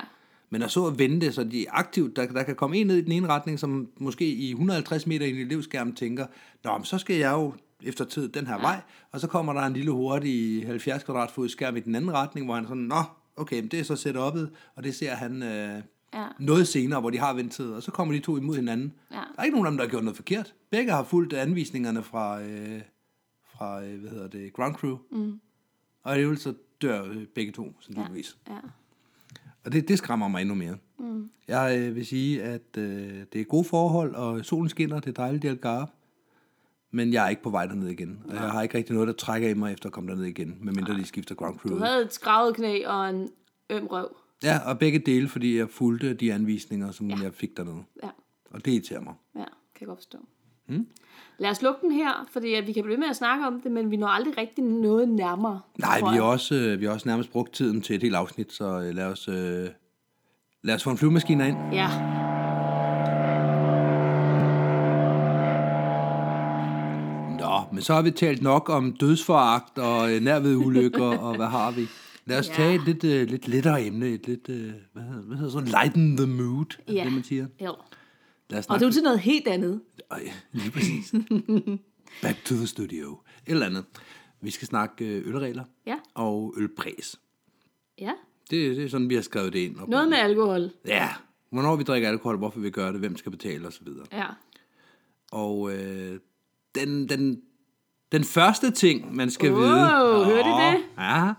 Speaker 3: Men at så at vende det, så de er aktivt, der, der kan komme en ned i den ene retning, som måske i 150 meter i en elevskærm tænker, Nå, men så skal jeg jo efter tid den her ja. vej, og så kommer der en lille hurtig 70 kvadratfod skærm i den anden retning, hvor han sådan, nå, okay, men det er så setup'et, og det ser han øh,
Speaker 2: Ja.
Speaker 3: noget senere, hvor de har ventet, og så kommer de to imod hinanden.
Speaker 2: Ja.
Speaker 3: Der er ikke nogen af dem, der har gjort noget forkert. Begge har fulgt anvisningerne fra, øh, fra øh, hvad hedder det, ground crew. Mm. Og alligevel så dør øh, begge to, sandsynligvis. Ja.
Speaker 2: Ja.
Speaker 3: Og det, det skræmmer mig endnu mere. Mm. Jeg øh, vil sige, at øh, det er gode forhold, og solen skinner, det er dejligt i Algarve. Men jeg er ikke på vej derned igen. Og jeg har ikke rigtig noget, der trækker i mig efter at komme derned igen, medmindre de skifter ground crew.
Speaker 2: Du havde et skravet knæ og en øm røv.
Speaker 3: Ja, og begge dele, fordi jeg fulgte de anvisninger, som ja. jeg fik dernede.
Speaker 2: Ja,
Speaker 3: Og det irriterer mig.
Speaker 2: ja kan jeg godt forstå. Mm.
Speaker 3: Hmm?
Speaker 2: Lad os lukke den her, fordi at vi kan blive ved med at snakke om det, men vi når aldrig rigtig noget nærmere.
Speaker 3: Nej,
Speaker 2: tror
Speaker 3: vi har,
Speaker 2: jeg.
Speaker 3: også, øh, vi har også nærmest brugt tiden til et helt afsnit, så øh, lad os, øh, lad os få en flyvemaskine ind.
Speaker 2: Ja,
Speaker 3: Nå, men så har vi talt nok om dødsforagt og øh, nærvedulykker, og hvad har vi? Lad os
Speaker 2: Ja.
Speaker 3: ja. tage et lidt, øh, lidt lettere emne, et lidt, øh, hvad, hedder, hvad hedder sådan, lighten the mood, er det
Speaker 2: ja.
Speaker 3: det, man siger.
Speaker 2: Jo.
Speaker 3: Lad os
Speaker 2: Og det
Speaker 3: snakke
Speaker 2: er jo til noget helt andet.
Speaker 3: Ej, lige præcis. Back to the studio. Et eller andet. Vi skal snakke øh, ølregler
Speaker 2: Ja.
Speaker 3: og ølpræs.
Speaker 2: Ja,
Speaker 3: Det, det er sådan, vi har skrevet det ind. Og
Speaker 2: noget med alkohol.
Speaker 3: Ja, hvornår vi drikker alkohol, hvorfor vi gør det, hvem skal betale osv.
Speaker 2: Ja,
Speaker 3: Og øh, den, den, den første ting, man skal
Speaker 2: Wow,
Speaker 3: vide...
Speaker 2: hørte I
Speaker 3: Åh,
Speaker 2: det?
Speaker 3: Ja,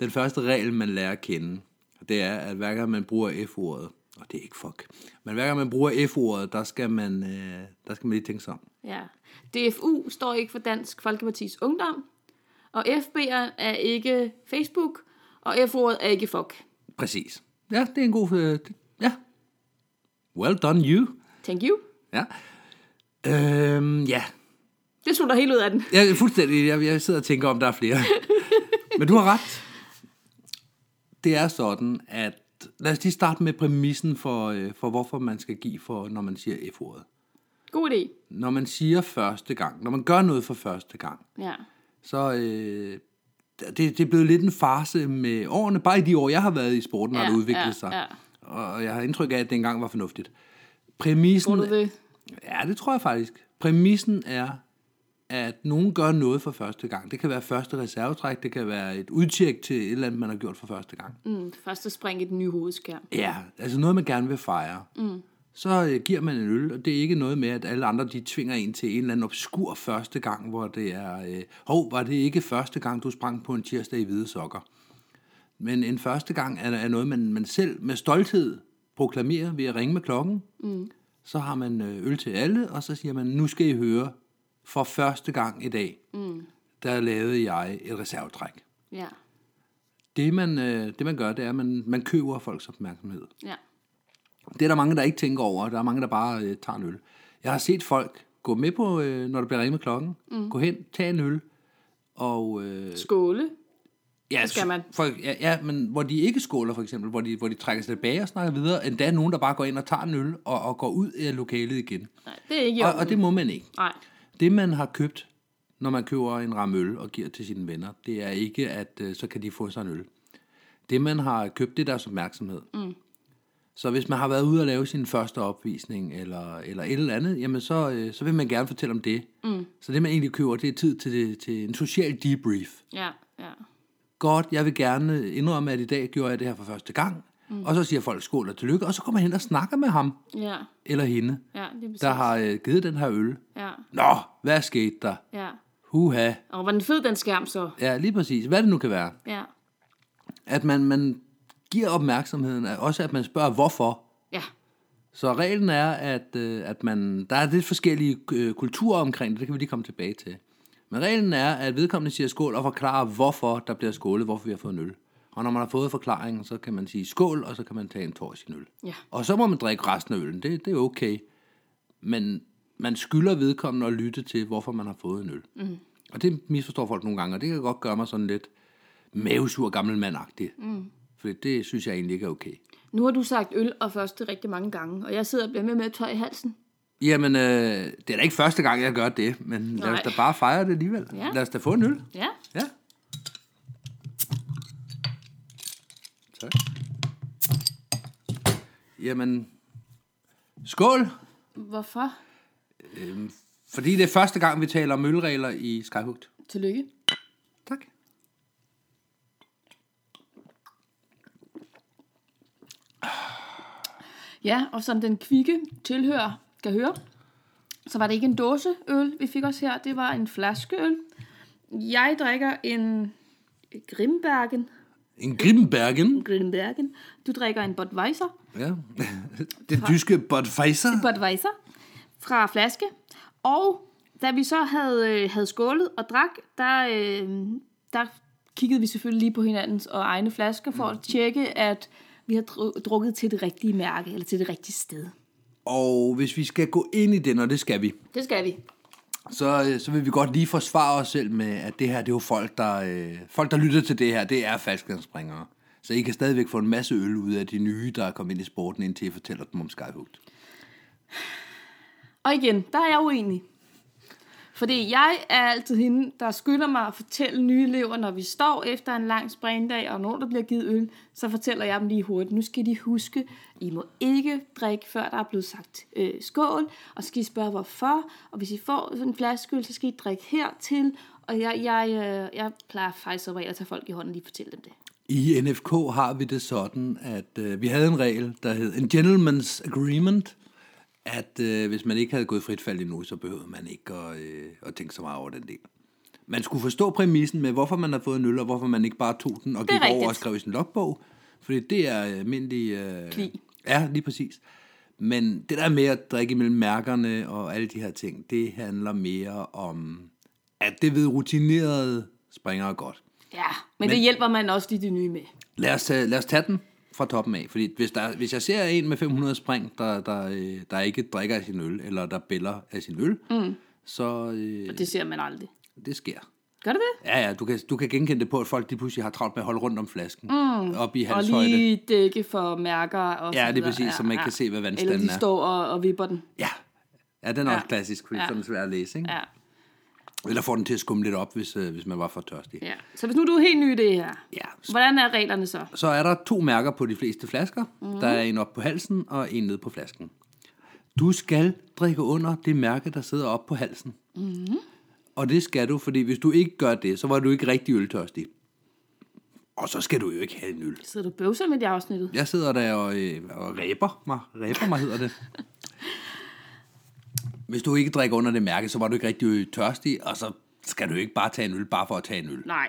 Speaker 3: den første regel, man lærer at kende, det er, at hver gang man bruger F-ordet, og det er ikke fuck, men hver gang man bruger F-ordet, der skal man, øh, der skal man lige tænke sig om.
Speaker 2: ja. DFU står ikke for Dansk Folkepartis Ungdom, og FB'er er ikke Facebook, og F-ordet er ikke fuck.
Speaker 3: Præcis. Ja, det er en god... Øh, det- ja. Well done, you.
Speaker 2: Thank you.
Speaker 3: Ja. Øhm, ja.
Speaker 2: Det slutter helt ud af den.
Speaker 3: Jeg, fuldstændig. Jeg, jeg sidder og tænker, om der er flere. Men du har ret. det er sådan, at... Lad os lige starte med præmissen for, øh, for hvorfor man skal give, for, når man siger F-ordet.
Speaker 2: God idé.
Speaker 3: Når man siger første gang, når man gør noget for første gang,
Speaker 2: Ja.
Speaker 3: så øh, det, det er blevet lidt en farse med årene. Bare i de år, jeg har været i sporten, ja, har
Speaker 2: Ja,
Speaker 3: det udviklet
Speaker 2: ja,
Speaker 3: sig.
Speaker 2: ja.
Speaker 3: Og jeg har indtryk af, at det engang var fornuftigt. Præmissen...
Speaker 2: Tror du det?
Speaker 3: Ja, det tror jeg faktisk. Præmissen er, at nogen gør noget for første gang. Det kan være første reservetræk, det kan være et udtjek til et eller andet, man har gjort for første gang.
Speaker 2: Mm, første spring i den nye hovedskærm.
Speaker 3: Ja, altså noget, man gerne vil fejre. Mm. Så øh, giver man en øl, og det er ikke noget med, at alle andre de tvinger en til en eller anden obskur første gang, hvor det er, øh, hov, var det ikke første gang, du sprang på en tirsdag i hvide sokker? Men en første gang er, er noget, man, man selv med stolthed proklamerer ved at ringe med klokken. Mm. Så har man øh, øl til alle, og så siger man, nu skal I høre, for første gang i dag, mm. der lavede jeg et reservetræk.
Speaker 2: Ja.
Speaker 3: Det man, øh, det man gør, det er, at man, man køber folks opmærksomhed.
Speaker 2: Ja.
Speaker 3: Det er der mange, der ikke tænker over. Der er mange, der bare øh, tager en øl. Jeg har set folk gå med på, øh, når der bliver ringet med klokken. Mm. Gå hen, tag en øl. Og, øh,
Speaker 2: Skåle.
Speaker 3: ja,
Speaker 2: så skal man.
Speaker 3: Folk, ja, ja, men hvor de ikke skåler, for eksempel. Hvor de, hvor de trækker sig tilbage og snakker videre. Endda nogen, der bare går ind og tager en øl og, og går ud af lokalet igen.
Speaker 2: Nej, det er ikke i
Speaker 3: Og,
Speaker 2: orden.
Speaker 3: og det må man ikke.
Speaker 2: Nej.
Speaker 3: Det, man har købt, når man køber en ramme øl og giver til sine venner, det er ikke, at øh, så kan de få sig en øl. Det, man har købt, det er deres opmærksomhed. Mm. Så hvis man har været ude og lave sin første opvisning, eller, eller et eller andet, jamen så, øh, så vil man gerne fortælle om det. Mm. Så det, man egentlig køber, det er tid til, det, til en social debrief.
Speaker 2: Ja, ja.
Speaker 3: Godt, jeg vil gerne indrømme, at i dag gjorde jeg det her for første gang. Mm. Og så siger folk skål og tillykke, og så kommer man hen og snakker med ham
Speaker 2: Ja,
Speaker 3: eller hende,
Speaker 2: ja, det er præcis.
Speaker 3: der har øh, givet den her øl.
Speaker 2: Ja,
Speaker 3: Nå, hvad skete der?
Speaker 2: ja.
Speaker 3: Huha.
Speaker 2: Og var den fed, den skærm så?
Speaker 3: Ja, lige præcis. Hvad det nu kan være.
Speaker 2: Ja,
Speaker 3: At man, man giver opmærksomheden, at- også at man spørger, hvorfor.
Speaker 2: ja,
Speaker 3: Så reglen er, at, øh, at man, der er lidt forskellige øh, kulturer omkring det, det kan vi lige komme tilbage til. Men reglen er, at vedkommende siger skål og forklarer, hvorfor der bliver skålet, hvorfor vi har fået en øl. Og når man har fået forklaringen, så kan man sige skål, og så kan man tage en tår af sin øl.
Speaker 2: Ja.
Speaker 3: Og så må man drikke resten af øllen, det, det er okay. Men man skylder vedkommende at lytte til, hvorfor man har fået en øl. Mm. Og det misforstår folk nogle gange, og det kan godt gøre mig sådan lidt mavesur gammel mandagtig. Mm. For det synes jeg egentlig ikke er okay.
Speaker 2: Nu har du sagt øl og første rigtig mange gange, og jeg sidder og bliver med med tøj i halsen.
Speaker 3: Jamen, øh, det er da ikke første gang, jeg gør det, men lad os
Speaker 2: Nej.
Speaker 3: da bare fejre det alligevel.
Speaker 2: Ja.
Speaker 3: Lad os da få en øl.
Speaker 2: Ja,
Speaker 3: Ja. Tak. Jamen, skål,
Speaker 2: hvorfor?
Speaker 3: fordi det er første gang, vi taler om ølregler i Skyhugt.
Speaker 2: Tillykke.
Speaker 3: Tak.
Speaker 2: Ja, og som den kvikke tilhører kan høre, så var det ikke en dåseøl, vi fik os her. Det var en flaskeøl. Jeg drikker en Grimbergen.
Speaker 3: En Grimbergen.
Speaker 2: Grimbergen. Du drikker en Budweiser.
Speaker 3: Ja. det tyske Budweiser.
Speaker 2: Budweiser fra flaske. Og da vi så havde, øh, havde skålet og drak, der, øh, der kiggede vi selvfølgelig lige på hinandens og egne flasker for at tjekke, at vi havde dru- drukket til det rigtige mærke, eller til det rigtige sted.
Speaker 3: Og hvis vi skal gå ind i den, og det skal vi,
Speaker 2: Det skal vi.
Speaker 3: så, øh, så vil vi godt lige forsvare os selv med, at det her, det er jo folk, der, øh, folk, der lytter til det her, det er faldskærmsspringere. Så I kan stadigvæk få en masse øl ud af de nye, der er kommet ind i sporten, indtil I fortæller dem om Skyhugt.
Speaker 2: Og igen, der er jeg uenig. Fordi jeg er altid hende, der skylder mig at fortælle nye elever, når vi står efter en lang springdag, og når der bliver givet øl, så fortæller jeg dem lige hurtigt. Nu skal de huske, I må ikke drikke, før der er blevet sagt øh, skål, og så skal I spørge, hvorfor. Og hvis I får sådan en flaske øl, så skal I drikke hertil. Og jeg, jeg, øh, jeg plejer faktisk at at tage folk i hånden og lige fortælle dem det.
Speaker 3: I NFK har vi det sådan, at øh, vi havde en regel, der hed en gentleman's agreement, at øh, hvis man ikke havde gået frit fald endnu, så behøvede man ikke at, øh, at tænke så meget over den del. Man skulle forstå præmissen med, hvorfor man har fået en øl, og hvorfor man ikke bare tog den og
Speaker 2: Det er
Speaker 3: gik over
Speaker 2: rigtigt.
Speaker 3: og skrev i sin logbog. Fordi det er øh, almindelig... Øh,
Speaker 2: Pli.
Speaker 3: Ja, lige præcis. Men det der med at drikke mellem mærkerne og alle de her ting, det handler mere om, at det ved rutinerede springere godt.
Speaker 2: Ja, men, men det hjælper man også lige de nye med.
Speaker 3: Lad os, tage, lad os tage den fra toppen af, fordi hvis, der, hvis jeg ser en med 500 spring, der, der, øh, der ikke drikker af sin øl, eller der bæller af sin øl, mm. så øh,
Speaker 2: Og det ser man aldrig.
Speaker 3: det sker.
Speaker 2: Gør det det?
Speaker 3: Ja, ja, du kan, du kan genkende det på, at folk de pludselig har travlt med at holde rundt om flasken. Mm. Op i
Speaker 2: Og
Speaker 3: halshøjde.
Speaker 2: lige dække for mærker og
Speaker 3: Ja,
Speaker 2: så
Speaker 3: det er
Speaker 2: videre.
Speaker 3: præcis, så man ikke kan se, hvad vandstanden
Speaker 2: Eller de
Speaker 3: er.
Speaker 2: står og, og vipper den.
Speaker 3: Ja. ja, den er
Speaker 2: Ja.
Speaker 3: også klassisk, fordi
Speaker 2: Ja.
Speaker 3: ja. sådan er svær at læse. Ikke?
Speaker 2: Ja.
Speaker 3: Eller får den til at skumme lidt op, hvis, øh, hvis man var for tørstig.
Speaker 2: ja. Så hvis nu du er helt ny i det her,
Speaker 3: Ja.
Speaker 2: hvordan er reglerne så?
Speaker 3: Så er der to mærker på de fleste flasker. Mm. Der er en op på halsen og en nede på flasken. Du skal drikke under det mærke, der sidder op på halsen. Mm. Og det skal du, fordi hvis du ikke gør det, så var du ikke rigtig øltørstig. Og så skal du jo ikke have en øl.
Speaker 2: Sidder du og bøvser med det afsnittet?
Speaker 3: Jeg sidder der og, øh, og ræber mig. Ræber mig hedder det. Hvis du ikke drikker under det mærke, så var du ikke rigtig tørstig, og så skal du ikke bare tage en øl, bare for at tage en øl.
Speaker 2: Nej.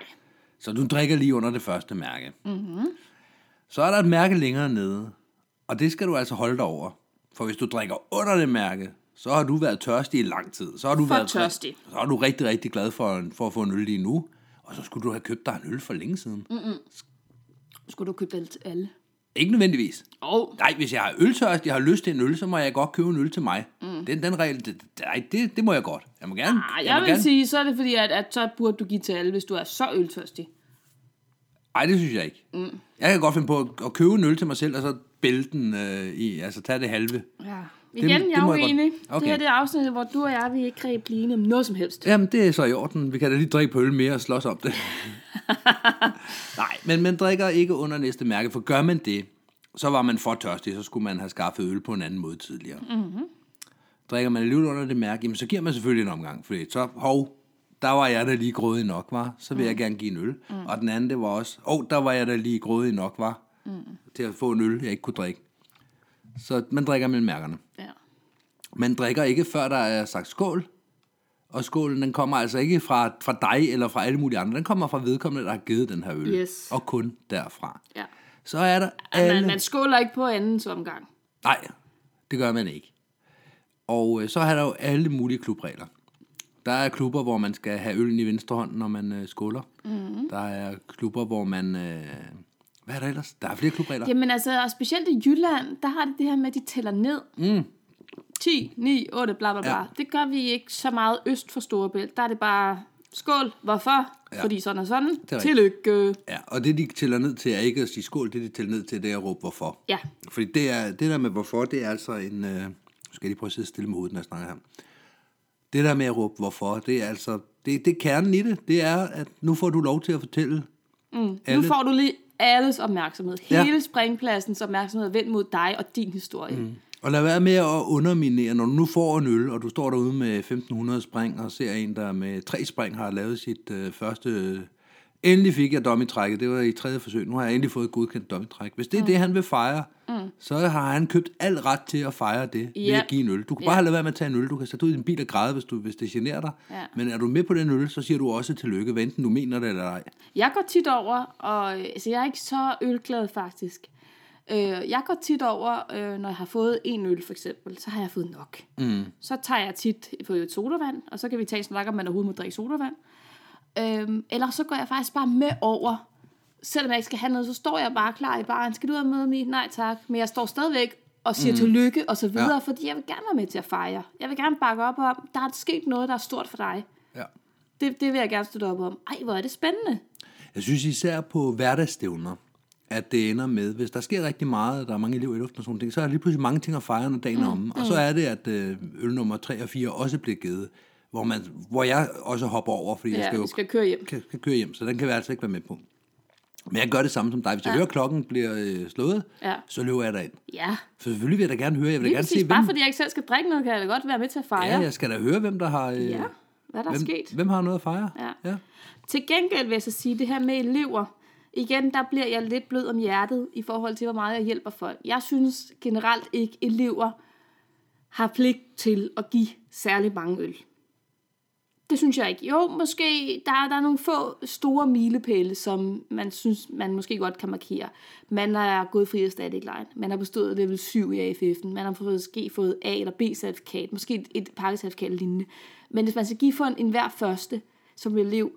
Speaker 3: Så du drikker lige under det første mærke. Mm-hmm. Så er der et mærke længere nede, og det skal du altså holde dig over. For hvis du drikker under det mærke, så har du været tørstig i lang tid. Så har du
Speaker 2: For
Speaker 3: været
Speaker 2: tørstig.
Speaker 3: Så er du rigtig, rigtig glad for, en, for at få en øl lige nu. Og så skulle du have købt dig en øl for længe siden. Mm.
Speaker 2: Skulle du købe det til alle?
Speaker 3: Ikke nødvendigvis.
Speaker 2: Åh, oh,
Speaker 3: Nej, hvis jeg har øltørst, jeg har lyst til en øl, så må jeg godt købe en øl til mig. Mm. Den, den regel, det, nej, det, det må jeg godt. Jeg må gerne.
Speaker 2: nej,
Speaker 3: må
Speaker 2: Ah, jeg vil
Speaker 3: gerne.
Speaker 2: sige, så er det fordi, at, at så burde du give til alle, hvis du er så øltørstig.
Speaker 3: Ej, det synes jeg ikke. Mm. Jeg kan godt finde på at, at købe en øl til mig selv, og så bælte den øh, i, altså tage det halve.
Speaker 2: Ja. Igen, jeg
Speaker 3: det
Speaker 2: er
Speaker 3: må jeg godt-
Speaker 2: uenig. Okay.
Speaker 3: Okay.
Speaker 2: Det her det er afsnittet, hvor du og jeg, vi ikke greb lige om noget som helst.
Speaker 3: Jamen, det er så i orden. Vi kan da lige drikke på øl mere og slås om det. Nej, men man drikker ikke under næste mærke, for gør man det, så var man for tørstig, så skulle man have skaffet øl på en anden måde tidligere. Mm-hmm. Drikker man alligevel under det mærke, jamen, så giver man selvfølgelig en omgang, fordi så, hov, der var jeg da lige grådig nok, var, så vil mm. jeg gerne give en øl. Mm. Og den anden, det var også, åh, oh, der var jeg da lige grådig nok, var, mm. til at få en øl, jeg ikke kunne drikke. Så man drikker mellem mærkerne.
Speaker 2: Ja.
Speaker 3: Man drikker ikke, før der er sagt skål. Og skålen, den kommer altså ikke fra, fra dig eller fra alle mulige andre. Den kommer fra vedkommende, der har givet den her øl.
Speaker 2: Yes. Ah,
Speaker 3: Og kun derfra.
Speaker 2: ja.
Speaker 3: Så er der alle...
Speaker 2: Man, man skåler ikke på andens omgang.
Speaker 3: Nej, det gør man ikke. Og øh, så er der jo alle mulige klubregler. Der er klubber, hvor man skal have øllen i venstre hånd, når man øh, skåler.
Speaker 2: Mhm.
Speaker 3: Mm. Der er klubber, hvor man... Øh, hvad er der ellers? Der er flere klubregler.
Speaker 2: Jamen altså, og specielt i Jylland, der har det det her med, at de tæller ned. Mm. 10, 9, 8, bla bla bla. Ja. Det gør vi ikke så meget øst for Storebælt. Der er det bare, skål, hvorfor? Ja. Fordi sådan og sådan.
Speaker 3: rigtigt.
Speaker 2: Tillykke.
Speaker 3: Ja, og det, de tæller ned til, er ikke at sige skål. Det, de tæller ned til, det er at råbe hvorfor.
Speaker 2: Ja.
Speaker 3: Fordi det, er, det der med hvorfor, det er altså en... Øh, nu skal jeg lige prøve at sidde stille med hovedet, når jeg snakker her. Det der med at råbe hvorfor, det er altså... Det, det er kernen i det. Det er, at nu får du lov til at fortælle.
Speaker 2: Nu
Speaker 3: Alle-
Speaker 2: får du lige alles opmærksomhed.
Speaker 3: Ja.
Speaker 2: Hele springpladsens opmærksomhed vendt mod dig og din historie. Mm.
Speaker 3: Og lad være med at underminere, når du nu får en øl, og du står derude med 1500 spring, og ser en, der med tre spring har lavet sit øh, første... Øh, endelig fik jeg dommetrækket. Det var i tredje forsøg. Nu har jeg endelig fået godkendt dommetræk. Hvis det er mm. det, han vil fejre, mm. så har han købt al ret til at fejre det yep. ved
Speaker 2: Ja.
Speaker 3: at give en øl. Du kan
Speaker 2: Ja.
Speaker 3: bare have lade være med at tage en øl. Du kan sætte ud i din bil og græde, hvis, du, hvis det generer dig.
Speaker 2: Ja.
Speaker 3: Men er du med på den øl, så siger du også tillykke, hvad enten du mener det eller ej.
Speaker 2: Jeg går tit over, og øh, altså, jeg er ikke så ølglad faktisk. Øh, jeg går tit over, øh, når jeg har fået en øl for eksempel, så har jeg fået nok. Mm. Så tager jeg tit på et sodavand, og så kan vi tage en snak om, man overhovedet må drikke sodavand. Øh, eller så går jeg faktisk bare med over. Selvom jeg ikke skal have noget, så står jeg bare klar i baren. Skal du have med mig? Nej tak. Men jeg står stadigvæk og siger mm. tillykke og så videre, ja. fordi jeg vil gerne være med til at fejre. Jeg vil gerne bakke op om, der er sket noget, der er stort for dig.
Speaker 3: Ja.
Speaker 2: Det, det vil jeg gerne støtte op om. Ej, hvor er det spændende.
Speaker 3: Jeg synes især på hverdagsstævner, at det ender med, hvis der sker rigtig meget, og der er mange elever i luften og sådan nogle ting, så er der lige pludselig mange ting at fejre, når dagen er
Speaker 2: Mm,
Speaker 3: omme. Og så er det, at øh, øl nummer 3 og 4 også bliver givet, hvor, man, hvor jeg også hopper over, fordi jeg
Speaker 2: Ja,
Speaker 3: skal jo
Speaker 2: vi skal køre hjem.
Speaker 3: Kan, kan køre hjem, så den kan jeg altså ikke være med på. Men jeg gør det samme som dig. Hvis jeg hører, klokken bliver øh, slået,
Speaker 2: Ja.
Speaker 3: så løber jeg derind.
Speaker 2: Ja,
Speaker 3: For selvfølgelig vil jeg da gerne høre, jeg vil da
Speaker 2: lige
Speaker 3: gerne se,
Speaker 2: præcis.
Speaker 3: hvem...
Speaker 2: Bare fordi jeg ikke selv skal drikke noget, kan jeg da godt være med til at fejre.
Speaker 3: Ja, jeg skal da høre, hvem der har... Øh,
Speaker 2: ja. hvad der er
Speaker 3: hvem,
Speaker 2: sket.
Speaker 3: hvem har noget at fejre?
Speaker 2: Ja.
Speaker 3: ja.
Speaker 2: Til gengæld vil jeg så sige, det her med elever. Igen, der bliver jeg lidt blød om hjertet i forhold til, hvor meget jeg hjælper folk. Jeg synes generelt ikke, elever har pligt til at give særlig mange øl. Det synes jeg ikke. Jo, måske der, er- der er nogle få store milepæle, som man synes, man måske godt kan markere. Man er gået fri af static line. Man har bestået level 7 i AFF'en. Man har fået- måske fået A- eller B-certifikat. Måske et, et pakkecertifikat eller lignende. Men hvis man skal give for en, en hver første som elev,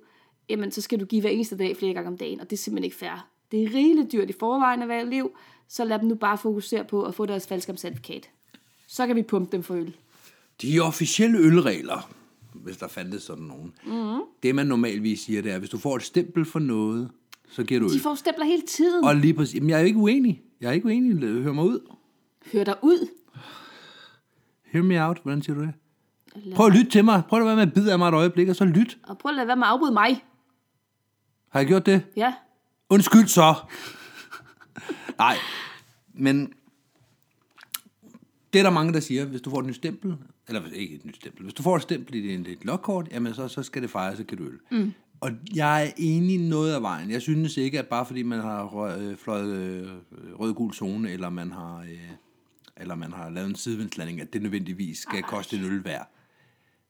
Speaker 2: jamen så skal du give hver eneste dag flere gange om dagen, og det er simpelthen ikke fair. Det er rigeligt dyrt i forvejen at være elev, så lad dem nu bare fokusere på at få deres faldskabscertifikat. Så kan vi pumpe dem for øl.
Speaker 3: De officielle ølregler, hvis der fandtes sådan nogen. Mm-hmm. Det, man normalvis siger, det er, hvis du får et stempel for noget, så giver du
Speaker 2: De
Speaker 3: øl.
Speaker 2: får stempler hele tiden.
Speaker 3: Og lige præcis, jamen, jeg er jo ikke uenig. Jeg er ikke uenig. Hør mig ud.
Speaker 2: Hør dig ud.
Speaker 3: Hear me out. Hvordan siger du det? Prøv at lytte til mig. Prøv at være med at bide af mig et øjeblik, og så lyt.
Speaker 2: Og prøv at lade være med at afbryde mig.
Speaker 3: Har jeg gjort det?
Speaker 2: Ja.
Speaker 3: Undskyld så. Nej, men det er der mange, der siger, hvis du får et nyt stempel, eller hvis- ikke et nyt stempel, hvis du får et stempel i dit, dit lokkort, jamen så, så skal det fejres, så kan du øl. Mm. Og jeg er enig noget af vejen. Jeg synes ikke, at bare fordi man har rø- øh, fløjet øh, rød-gul zone, eller man har, øh, eller man har lavet en sidevindslanding, at det nødvendigvis skal koste en øl værd.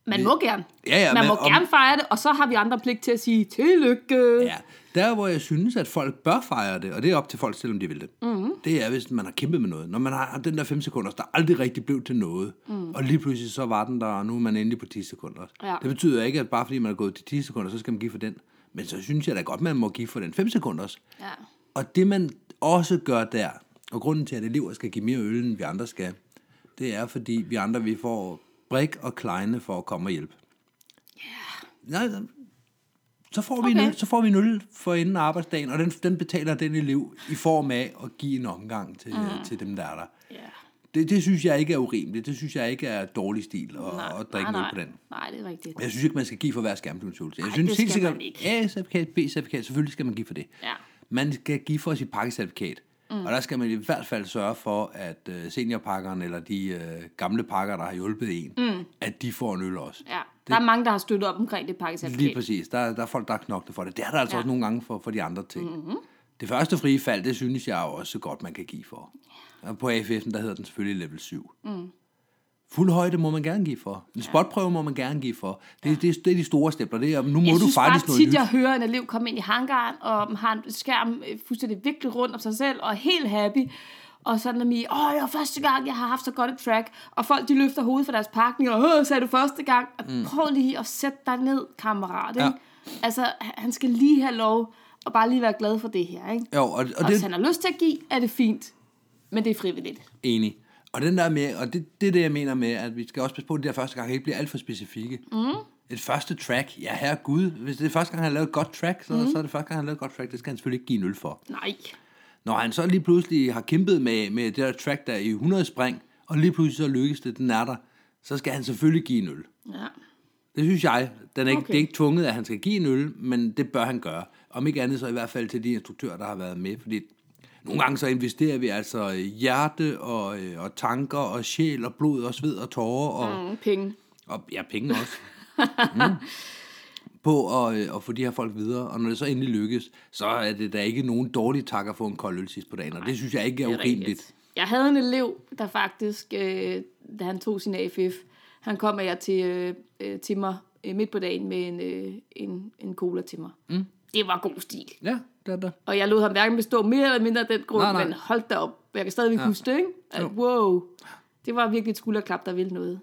Speaker 2: Man må gerne.
Speaker 3: Øh, Ja, ja,
Speaker 2: man
Speaker 3: men
Speaker 2: må
Speaker 3: om-
Speaker 2: gerne fejre det, og så har vi andre pligt til at sige tillykke.
Speaker 3: Ja, der hvor jeg synes, at folk bør fejre det, og det er op til folk, selvom de vil det, mm-hmm. det er, hvis man har kæmpet med noget. Når man har haft den der 5 sekunder, der aldrig rigtig blev til noget, mm. og lige pludselig så var den der, og nu er man endelig på 10 sekunder.
Speaker 2: Ja.
Speaker 3: Det betyder ikke, at bare fordi man er gået til 10 sekunder, så skal man give for den. Men så synes jeg da godt, man må give for den 5 sekunders.
Speaker 2: Ja.
Speaker 3: Og det man også gør der, og grunden til, at elever skal give mere øl, end vi andre skal, det er, fordi vi andre vi får brik og kleine for at komme og hjælpe. Yeah. Nej, så får, vi okay. en
Speaker 2: Okay.
Speaker 3: øl, så får vi en øl for enden af arbejdsdagen, og den, den betaler den elev i form af at give en omgang til, mm. til dem, der er der.
Speaker 2: ja.
Speaker 3: Det, det synes jeg ikke er urimeligt. Det synes jeg ikke er dårlig stil at, at drikke noget
Speaker 2: nej,
Speaker 3: på den.
Speaker 2: Nej, det er rigtigt.
Speaker 3: Jeg synes ikke, man skal give for hver skærmdunsulse. Jeg
Speaker 2: Ej,
Speaker 3: synes
Speaker 2: det
Speaker 3: helt
Speaker 2: skal
Speaker 3: sikkert,
Speaker 2: man ikke.
Speaker 3: A-certifikat, B-certifikat, selvfølgelig skal man give for det.
Speaker 2: Ja.
Speaker 3: Man skal give for sit pakkecertifikat. Mm. Og der skal man i hvert fald sørge for, at øh, seniorpakkerne eller de øh, gamle pakker, der har hjulpet en, mm. at de får en øl også.
Speaker 2: Ja. Der er mange, der har støttet op omkring det pakkesertifikat.
Speaker 3: Lige præcis. Der, der er folk, der har knoklet for det. Det er der altså ja. også nogle gange for, for de andre ting. Mm-hmm. Det første frie fald, det synes jeg jo også godt, man kan give for. Og på AFS'en, der hedder den selvfølgelig level 7. Mm. Fuld højde må man gerne give for. En spotprøve må man gerne give for. Det, ja. det, det, det er de store stempler. Det er, nu må
Speaker 2: Jeg
Speaker 3: du
Speaker 2: synes
Speaker 3: faktisk
Speaker 2: bare
Speaker 3: noget
Speaker 2: tit,
Speaker 3: nyt.
Speaker 2: jeg hører en elev komme ind i hangaren, og har en skærm øh, fuldstændig viklet rundt om sig selv, og er helt happy. Og sådan er mig, åh, det var første gang, jeg har haft så godt et track. Og folk, de løfter hovedet fra deres pakning, og åh, sagde du første gang. Mm. Prøv lige at sætte dig ned, kammerat. Ikke?
Speaker 3: Ja.
Speaker 2: Ja. Altså, han han skal lige have lov, og bare lige være glad for det her. Ikke?
Speaker 3: Jo, og, og,
Speaker 2: Og
Speaker 3: det,
Speaker 2: hvis han har lyst til at give, er det fint. Men det er frivilligt.
Speaker 3: Enig. Og, den der med, og det, det er det, jeg mener med, at vi skal også passe på, at det der første gang ikke bliver alt for specifikke. Mm. Et første track, ja herre Gud, hvis det er første gang, han har lavet et godt track, så, mm. så er det første gang, han har lavet et godt track, det skal han selvfølgelig ikke give en øl for.
Speaker 2: Nej.
Speaker 3: Når han så lige pludselig har kæmpet med, med det der track, der er i 100 spring, og lige pludselig så lykkes det, den er der, så skal han selvfølgelig give en øl.
Speaker 2: Ja.
Speaker 3: Det synes jeg. Den er ikke,
Speaker 2: Okay.
Speaker 3: Det er ikke tvunget, at han skal give en øl, men det bør han gøre. Om ikke andet så i hvert fald til de instruktører, der har været med, fordi nogle gange så investerer vi altså i hjerte og, øh, og tanker og sjæl og blod og sved og tårer og, mm.
Speaker 2: Mm, penge.
Speaker 3: og ja, penge også. Mm. På at, øh, at få de her folk videre, og når det så endelig lykkes, så er det da ikke nogen dårlige takker for en kold øl sidst på dagen, og det synes jeg ikke er,
Speaker 2: Det
Speaker 3: er
Speaker 2: er rigtigt.
Speaker 3: urimeligt.
Speaker 2: Jeg havde en elev, der faktisk, øh, da han tog sin AFF, han kom af til, øh, øh, til mig øh, midt på dagen med en, øh, en, en cola til mig. Mm. Det var god stil.
Speaker 3: Ja, det er det.
Speaker 2: Og jeg lod ham hverken bestå mere eller mindre af den grund,
Speaker 3: Nej, nej.
Speaker 2: men hold da op. Jeg kan stadigvæk ja. huske det, ikke? At,
Speaker 3: Jo.
Speaker 2: wow. Det var virkelig et skulderklap, der ville noget.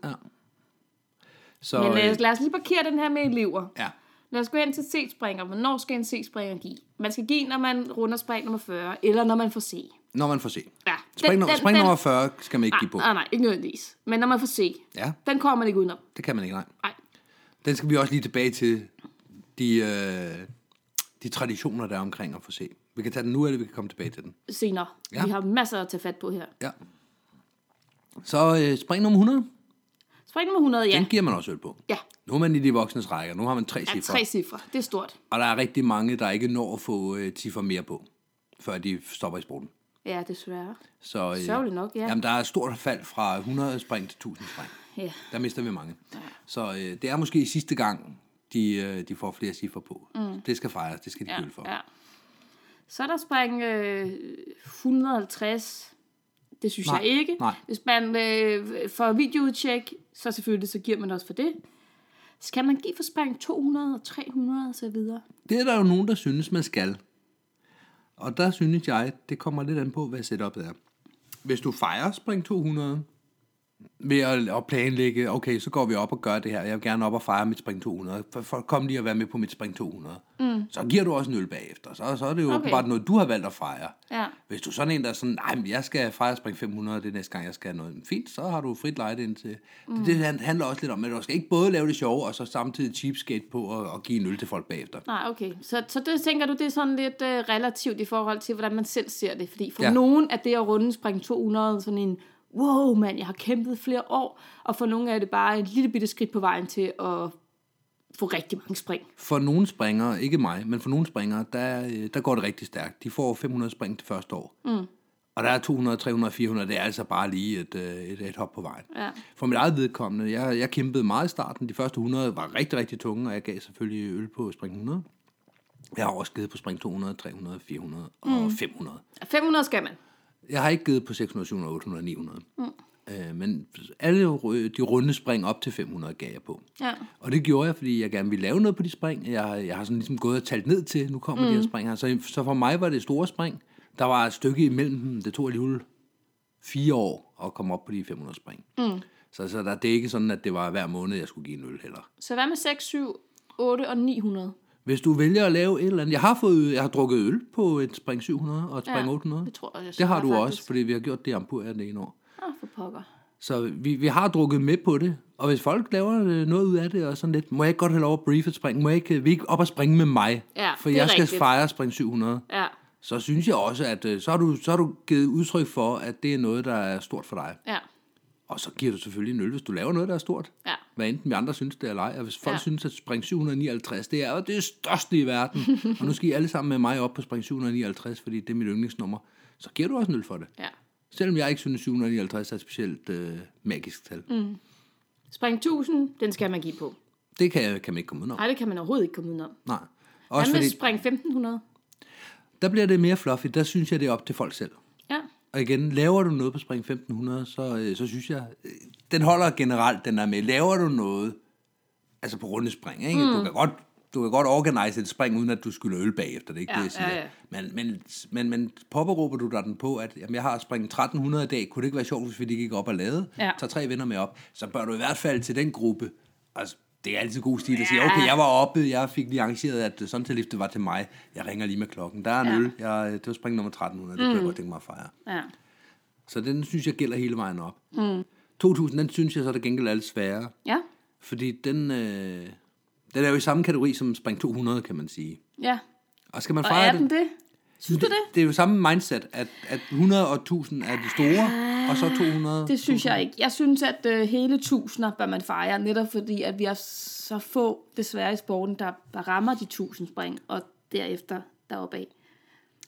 Speaker 3: Så,
Speaker 2: Men lad
Speaker 3: øh,
Speaker 2: os, lad os lige parkere den her med elever.
Speaker 3: ja.
Speaker 2: Lad os gå hen til C-springer. Hvornår skal en C-springer give? Man skal give, når man runder spring nummer 40, eller når man får C.
Speaker 3: Når man får se.
Speaker 2: Ja,
Speaker 3: Spring,
Speaker 2: den-
Speaker 3: nummer-
Speaker 2: den-
Speaker 3: spring
Speaker 2: den-
Speaker 3: nummer 40 skal man ikke give på.
Speaker 2: Ah, Nej, nej, ikke nødvendigvis. Men når man får C,
Speaker 3: Ja.
Speaker 2: den kommer man ikke udenom.
Speaker 3: Det kan man ikke, nej.
Speaker 2: Nej.
Speaker 3: Den skal vi også lige tilbage til de, øh, de traditioner, der er omkring at få se. Vi kan tage den nu, eller vi kan komme tilbage til den.
Speaker 2: senere.
Speaker 3: Ja.
Speaker 2: Ja. Vi har masser at tage fat på her.
Speaker 3: Ja. Så øh, spring nummer 100,
Speaker 2: Spring nummer 100, ja.
Speaker 3: den giver man også øl på.
Speaker 2: Ja,
Speaker 3: Nu er man i de voksnes rækker. Nu har man tre
Speaker 2: ja
Speaker 3: cifre.
Speaker 2: tre cifre. Det er stort.
Speaker 3: Og der er rigtig mange, der ikke når at få øh, cifre mere på, før de stopper i sporten.
Speaker 2: Ja, desværre.
Speaker 3: Så, øh,
Speaker 2: Sørgeligt nok, ja.
Speaker 3: Jamen, der er et stort fald fra 100 spring til 1000 spring.
Speaker 2: Ja.
Speaker 3: Der mister vi mange. Ja. Så øh, det er måske sidste gang, de, øh, de får flere cifre på. Mm. Det skal fejres, det skal de ja. for.
Speaker 2: ja. Så er der spring øh, 150. Det synes
Speaker 3: Nej,
Speaker 2: jeg ikke.
Speaker 3: nej.
Speaker 2: Hvis man øh, får videoudtjek, så selvfølgelig, så giver man også for det. Skal man give for spring 200 og 300 og så videre?
Speaker 3: Det er der jo nogen, der synes, man skal. Og der synes jeg, det kommer lidt an på, hvad setupet er. Hvis du fejrer spring 200, ved at, at planlægge, okay, så går vi op og gør det her, jeg vil gerne op og fejre mit spring 200, for, for kom lige og være med på mit spring 200. Mm. Så giver du også en øl bagefter, så, så er det jo
Speaker 2: Okay.
Speaker 3: okay. bare noget, du har valgt at fejre.
Speaker 2: Ja.
Speaker 3: Hvis du er sådan en, der er sådan, nej, men jeg skal fejre spring 500, det er næste gang, jeg skal noget fint, så har du frit lejde indtil. Mm. Det, det handler også lidt om, at du skal ikke både lave det sjove, og så samtidig cheapskate på og, og give en øl til folk bagefter.
Speaker 2: Nej, okay. Så, så det tænker du, det er sådan lidt øh, relativt i forhold til, hvordan man selv ser det. Fordi for ja.
Speaker 3: Ja.
Speaker 2: nogen er det at runde spring 200 sådan en, wow mand, jeg har kæmpet flere år. Og for nogen er det bare et lille bitte skridt på vejen til at få rigtig mange spring.
Speaker 3: For nogle springere, ikke mig, men for nogle springere, der, øh, der går det rigtig stærkt. De får 500 spring det første år. Mm. Og der er 200, 300, 400, det er altså bare lige et, øh, et, et hop på vejen.
Speaker 2: Ja.
Speaker 3: For mit eget vedkommende, jeg, jeg kæmpede meget i starten. De første 100 var rigtig, rigtig tunge, og jeg gav selvfølgelig øl på spring 100. Jeg har også givet på spring 200, 300, 400 og 500.
Speaker 2: 500 skal man.
Speaker 3: Jeg har ikke givet på 600, 700, 800, 900. Mm. Øh, men alle ru- de runde spring op til 500 gav jeg på.
Speaker 2: Ja.
Speaker 3: Og det gjorde jeg, fordi jeg gerne ville lave noget på de spring. Jeg, jeg har sådan ligesom gået og talt ned til, nu kommer mm. de her spring her. Så, så for mig var det store spring. Der var et stykke imellem dem. Det tog alligevel fire år at komme op på de 500 spring. Mm. Så, så der, det er ikke sådan, at det var hver måned, jeg skulle give en øl heller.
Speaker 2: Så hvad med 6, 7, 8 og 900?
Speaker 3: Hvis du vælger at lave et eller andet... Jeg har, fået, jeg har drukket øl på et spring 700 og et spring
Speaker 2: Ja,
Speaker 3: 800.
Speaker 2: det tror jeg, jeg
Speaker 3: Det har du
Speaker 2: faktisk.
Speaker 3: også, fordi vi har gjort det i Ampur det ene år.
Speaker 2: Ah, for pokker.
Speaker 3: Så vi, vi har drukket med på det, og hvis folk laver øh, noget ud af det, og sådan lidt, må jeg ikke godt have lov at briefe et spring? Må jeg ikke, øh, vi ikke op og springe med mig?
Speaker 2: Ja,
Speaker 3: for
Speaker 2: det er
Speaker 3: jeg skal
Speaker 2: rigtigt.
Speaker 3: fejre spring 700.
Speaker 2: Ja.
Speaker 3: Så synes jeg også, at øh, så har, du, så har du givet udtryk for, at det er noget, der er stort for dig.
Speaker 2: Ja.
Speaker 3: Og så giver du selvfølgelig en øl, hvis du laver noget, der er stort.
Speaker 2: Ja.
Speaker 3: Hvad enten vi andre synes, det er eller ej. Og hvis folk
Speaker 2: Ja.
Speaker 3: ja. synes, at spring 759, det er jo det største i verden. og nu skal I alle sammen med mig op på spring 759, fordi det er mit yndlingsnummer. Så giver du også en øl for det.
Speaker 2: Ja.
Speaker 3: Selvom jeg ikke synes, 759 er et specielt øh, magisk tal. Mm.
Speaker 2: Spring 1000, den skal man give på.
Speaker 3: Det kan, kan man ikke komme udenom.
Speaker 2: Nej, det kan man overhovedet ikke komme udenom.
Speaker 3: Nej.
Speaker 2: Hvad
Speaker 3: Også
Speaker 2: med
Speaker 3: fordi,
Speaker 2: spring 1500?
Speaker 3: der bliver det mere fluffy. Der synes jeg, det er op til folk selv.
Speaker 2: Ja.
Speaker 3: Og igen, laver du noget på spring 1500, så, øh, så synes jeg, øh, den holder generelt, den er med. Laver du noget, altså på runde spring, ikke? Mm. Du kan godt du kan godt organise et spring, uden at du skylder øl bagefter. Det er ikke
Speaker 2: Ja,
Speaker 3: det, jeg siger.
Speaker 2: ja, ja.
Speaker 3: Men, men, men, men påberåber du dig den på, at jamen, jeg har spring 1300 i dag, kunne det ikke være sjovt, hvis vi lige gik op og lavede?
Speaker 2: Ja.
Speaker 3: Tager tre venner med op. Så bør du i hvert fald til den gruppe, altså det er altid god stil at sige,
Speaker 2: Ja.
Speaker 3: okay, jeg var oppe, jeg fik lige arrangeret, at øh, sådan til liftet var til mig. Jeg ringer lige med klokken. Der er en
Speaker 2: Ja. Mm.
Speaker 3: ja. øl. Jeg, øh, det var spring nummer 1300, det kunne jeg godt tænke mig at fejre.
Speaker 2: Ja.
Speaker 3: Så den synes jeg gælder hele vejen op.
Speaker 2: Hmm.
Speaker 3: Mm. 2000, den synes jeg så til gengæld er lidt sværere.
Speaker 2: Ja.
Speaker 3: Fordi den, øh, den er jo i samme kategori som Spring 200, kan man sige.
Speaker 2: Ja.
Speaker 3: Og skal man
Speaker 2: Og
Speaker 3: fejre
Speaker 2: er den det? Synes du
Speaker 3: det?
Speaker 2: det?
Speaker 3: Det er jo samme mindset, at, at 100 og 1000 er de store, og så 200.
Speaker 2: Ah, Det synes jeg ikke. Jeg synes, at øh, hele tusinder bør man fejre, netop fordi, at vi er så få, desværre i sporten, der bare rammer de tusind spring, og derefter deroppe af.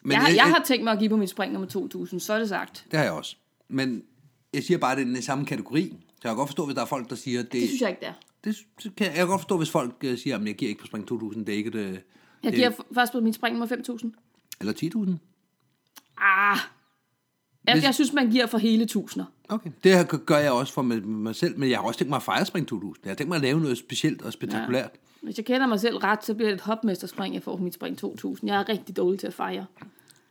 Speaker 3: Men
Speaker 2: Jeg, har-
Speaker 3: et-
Speaker 2: jeg
Speaker 3: et-
Speaker 2: har tænkt mig at give på mit spring nummer 2000, så er det sagt.
Speaker 3: Det har jeg også. Men jeg siger bare, at det er den samme kategori. Så jeg kan godt forstå, hvis der er folk, der siger, at det,
Speaker 2: Det synes jeg ikke, det er.
Speaker 3: det, det kan, jeg kan godt forstå, hvis folk øh, siger, at jeg giver ikke på Spring 2000, det er ikke det.
Speaker 2: Jeg
Speaker 3: det-
Speaker 2: giver f- først på mit spring nummer 5000.
Speaker 3: Eller 10.000.
Speaker 2: Ah! Jeg,
Speaker 3: Hvis-
Speaker 2: jeg synes, man giver for hele tusinder.
Speaker 3: Okay. Det her gør jeg også for mig, mig selv, men jeg har også tænkt mig at fejre Spring 2000. Jeg har tænkt mig at lave noget specielt og spektakulært. Ja.
Speaker 2: Hvis jeg kender mig selv ret, så bliver det et hopmesterspring, jeg får på mit spring 2000. Jeg er rigtig dårlig til at fejre.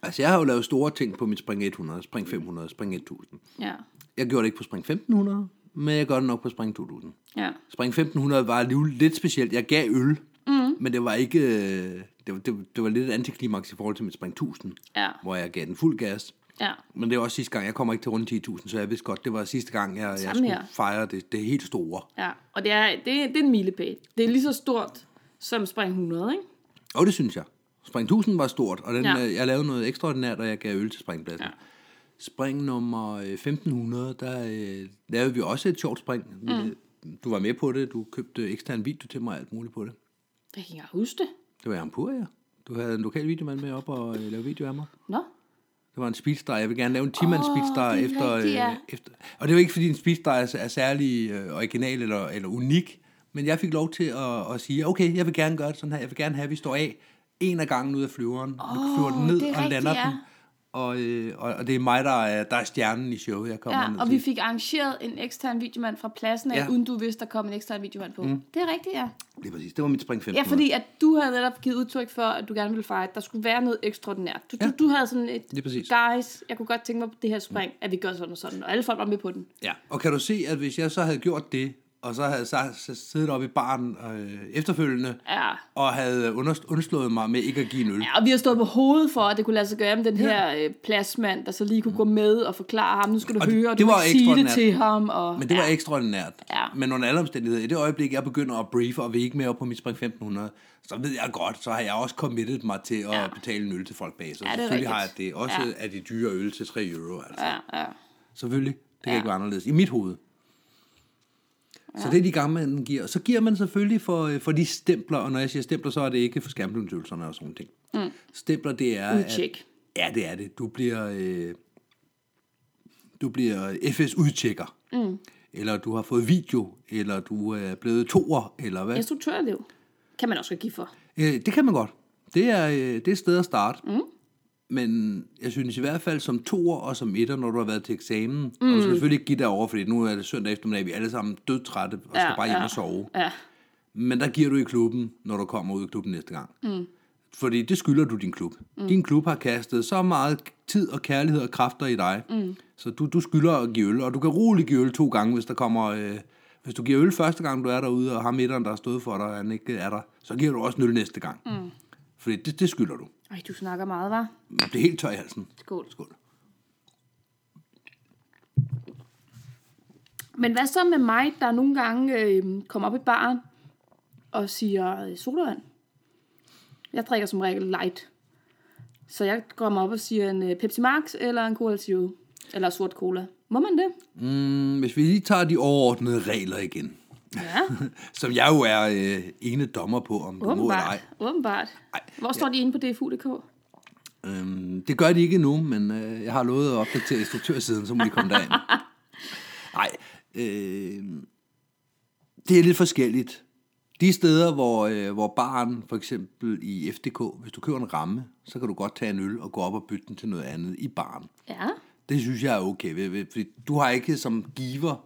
Speaker 3: Altså, jeg har jo lavet store ting på mit Spring 100, Spring 500, Spring 1000.
Speaker 2: Ja,
Speaker 3: Jeg gjorde det ikke på Spring 1500, men jeg gør det nok på Spring 2000.
Speaker 2: ja.
Speaker 3: Spring 1500 var alligevel lidt specielt. Jeg gav øl, mm. men det var ikke... øh, Det var, det, var- det var lidt et antiklimaks i forhold til mit Spring 1000,
Speaker 2: Ja.
Speaker 3: hvor jeg gav den fuld gas.
Speaker 2: Ja,
Speaker 3: Men det var også sidste gang. Jeg kommer ikke til rundt 10.000, så jeg vidste godt, det var sidste gang, jeg, jeg
Speaker 2: Samme
Speaker 3: skulle
Speaker 2: her.
Speaker 3: fejre det, det helt store.
Speaker 2: ja. Og det er, det, det er en milepæl. Det er lige så stort som spring 100, ikke?
Speaker 3: Og det synes jeg. Spring 1000 var stort, og den,
Speaker 2: Ja.
Speaker 3: ja. jeg lavede noget ekstraordinært, og jeg gav øl til springpladsen.
Speaker 2: Ja.
Speaker 3: Ja. Spring nummer øh, 1500, der øh, lavede vi også et sjovt spring. Mm. Du var med på det, du købte ekstern video til mig og alt muligt på det.
Speaker 2: Jeg kan ikke engang huske det.
Speaker 3: Det var i Ampur, ja. Du havde en lokal videomand med op og øh, lave video af mig.
Speaker 2: Nå,
Speaker 3: Det var en speedstar. Jeg vil gerne lave en 10 mands
Speaker 2: Åh,
Speaker 3: speedstar
Speaker 2: det er
Speaker 3: efter,
Speaker 2: rigtigt,
Speaker 3: øh,
Speaker 2: ja.
Speaker 3: efter... Og det er jo ikke, fordi en speedstar er, er særlig øh, original eller, eller unik, men jeg fik lov til at, at sige, okay, jeg vil gerne gøre det sådan her. Jeg vil gerne have, at vi står af en af gangen ud af flyveren. Oh, vi flyver den ned
Speaker 2: det er
Speaker 3: og
Speaker 2: rigtigt,
Speaker 3: lander
Speaker 2: ja.
Speaker 3: den. og, øh, og, og det er mig, der er, der er stjernen i showet, jeg kommer ned
Speaker 2: Ja, og
Speaker 3: til.
Speaker 2: vi fik arrangeret en ekstern videomand fra pladsen af,
Speaker 3: Ja.
Speaker 2: ja. uden du vidste, der kom en ekstern videomand på. Mm. Det er rigtigt, ja.
Speaker 3: Det er præcis, det var mit spring 15.
Speaker 2: Ja, fordi at du havde netop givet udtryk for, at du gerne ville fejre, at der skulle være noget ekstraordinært. Du, ja. du, du havde sådan et,
Speaker 3: Lige præcis. Mm.
Speaker 2: guys, jeg kunne godt tænke mig på det her spring, at vi gør sådan og sådan, og alle folk var med på den.
Speaker 3: Ja, og kan du se, at hvis jeg så havde gjort det, og så havde så, så siddet oppe i baren øh, efterfølgende,
Speaker 2: Ja.
Speaker 3: og havde underst- undslået mig med ikke at give en øl.
Speaker 2: Ja, og vi har stået på hovedet for, at det kunne lade sig gøre med den her øh, pladsmand, der så lige kunne gå med og forklare ham, nu skal du
Speaker 3: Og det-
Speaker 2: høre, og
Speaker 3: det
Speaker 2: du må
Speaker 3: var
Speaker 2: ikke sige det
Speaker 3: ekstraordinært.
Speaker 2: til ham. Og,
Speaker 3: Men det var
Speaker 2: ja.
Speaker 3: ekstraordinært.
Speaker 2: Ja.
Speaker 3: Men under alle omstændigheder, i det øjeblik, jeg begynder at briefe og vil ikke med op på mit spring 1500, så ved jeg godt, så har jeg også committed mig til at
Speaker 2: Ja.
Speaker 3: betale en øl til folk bag sig.
Speaker 2: Ja, det er
Speaker 3: Selvfølgelig har jeg
Speaker 2: rigtigt.
Speaker 3: det. Også
Speaker 2: Ja.
Speaker 3: er de dyre øl til 3 euro. Altså.
Speaker 2: Ja, ja.
Speaker 3: Selvfølgelig. Det kan
Speaker 2: Ja.
Speaker 3: ikke være anderledes. I mit hoved. Så det er de gamle, man giver. Så giver man selvfølgelig for, øh, for de stempler, og når jeg siger stempler, så er det ikke for skærmblomstøvelserne og sådan ting. Mm. Stempler, det er... at-
Speaker 2: Udtjek.
Speaker 3: Ja, det er det. Du bliver, øh, du bliver FS-udtjekker. Mm. Eller du har fået video, eller du er blevet toer, eller hvad.
Speaker 2: Instruktørelev kan man også godt give for.
Speaker 3: Øh, det kan man godt. Det er, øh, det er et sted at starte. Mm. Men jeg synes i hvert fald som toer og som etter, når du har været til eksamen, mm. og du skal selvfølgelig ikke give dig over, fordi nu er det søndag eftermiddag, vi er alle sammen dødtrætte og skal
Speaker 2: Ja,
Speaker 3: bare hjem
Speaker 2: ja.
Speaker 3: og sove.
Speaker 2: Ja.
Speaker 3: Men der giver du i klubben, når du kommer ud i klubben næste gang. Mm. Fordi det skylder du din klub. Mm. Din klub har kastet så meget tid og kærlighed og kræfter i dig, mm. så du, du skylder at give øl, og du kan roligt give øl to gange, hvis der kommer... Øh, hvis du giver øl første gang, du er derude, og ham etteren, der har stået for dig, han ikke er der, så giver du også en øl næste gang. Mm. Fordi det, det skylder du.
Speaker 2: Ej, du snakker meget, var.
Speaker 3: Det er helt tør i halsen.
Speaker 2: Skål.
Speaker 3: Skål.
Speaker 2: Men hvad så med mig, der nogle gange øh, kommer op i baren og siger øh, sodavand? Jeg drikker som regel light. Så jeg kommer op og siger en øh, Pepsi Max eller en Cola Zero. Eller sort cola. Må man det?
Speaker 3: Mm, hvis vi lige tager de overordnede regler igen,
Speaker 2: Ja,
Speaker 3: som jeg jo er øh, ene dommer på, om du må eller ej.
Speaker 2: åbenbart. Åbenbart. Hvor står de inde på DFU.dk?
Speaker 3: Øhm, det gør de ikke endnu, men øh, jeg har lovet at opdatere instruktørsiden, så må de komme derind. Nej, øh, det er lidt forskelligt. De steder, hvor, øh, hvor baren, for eksempel i FDK, hvis du køber en ramme, så kan du godt tage en øl og gå op og bytte den til noget andet i baren.
Speaker 2: Ja.
Speaker 3: Det synes jeg er okay, ved- ved- fordi du har ikke som giver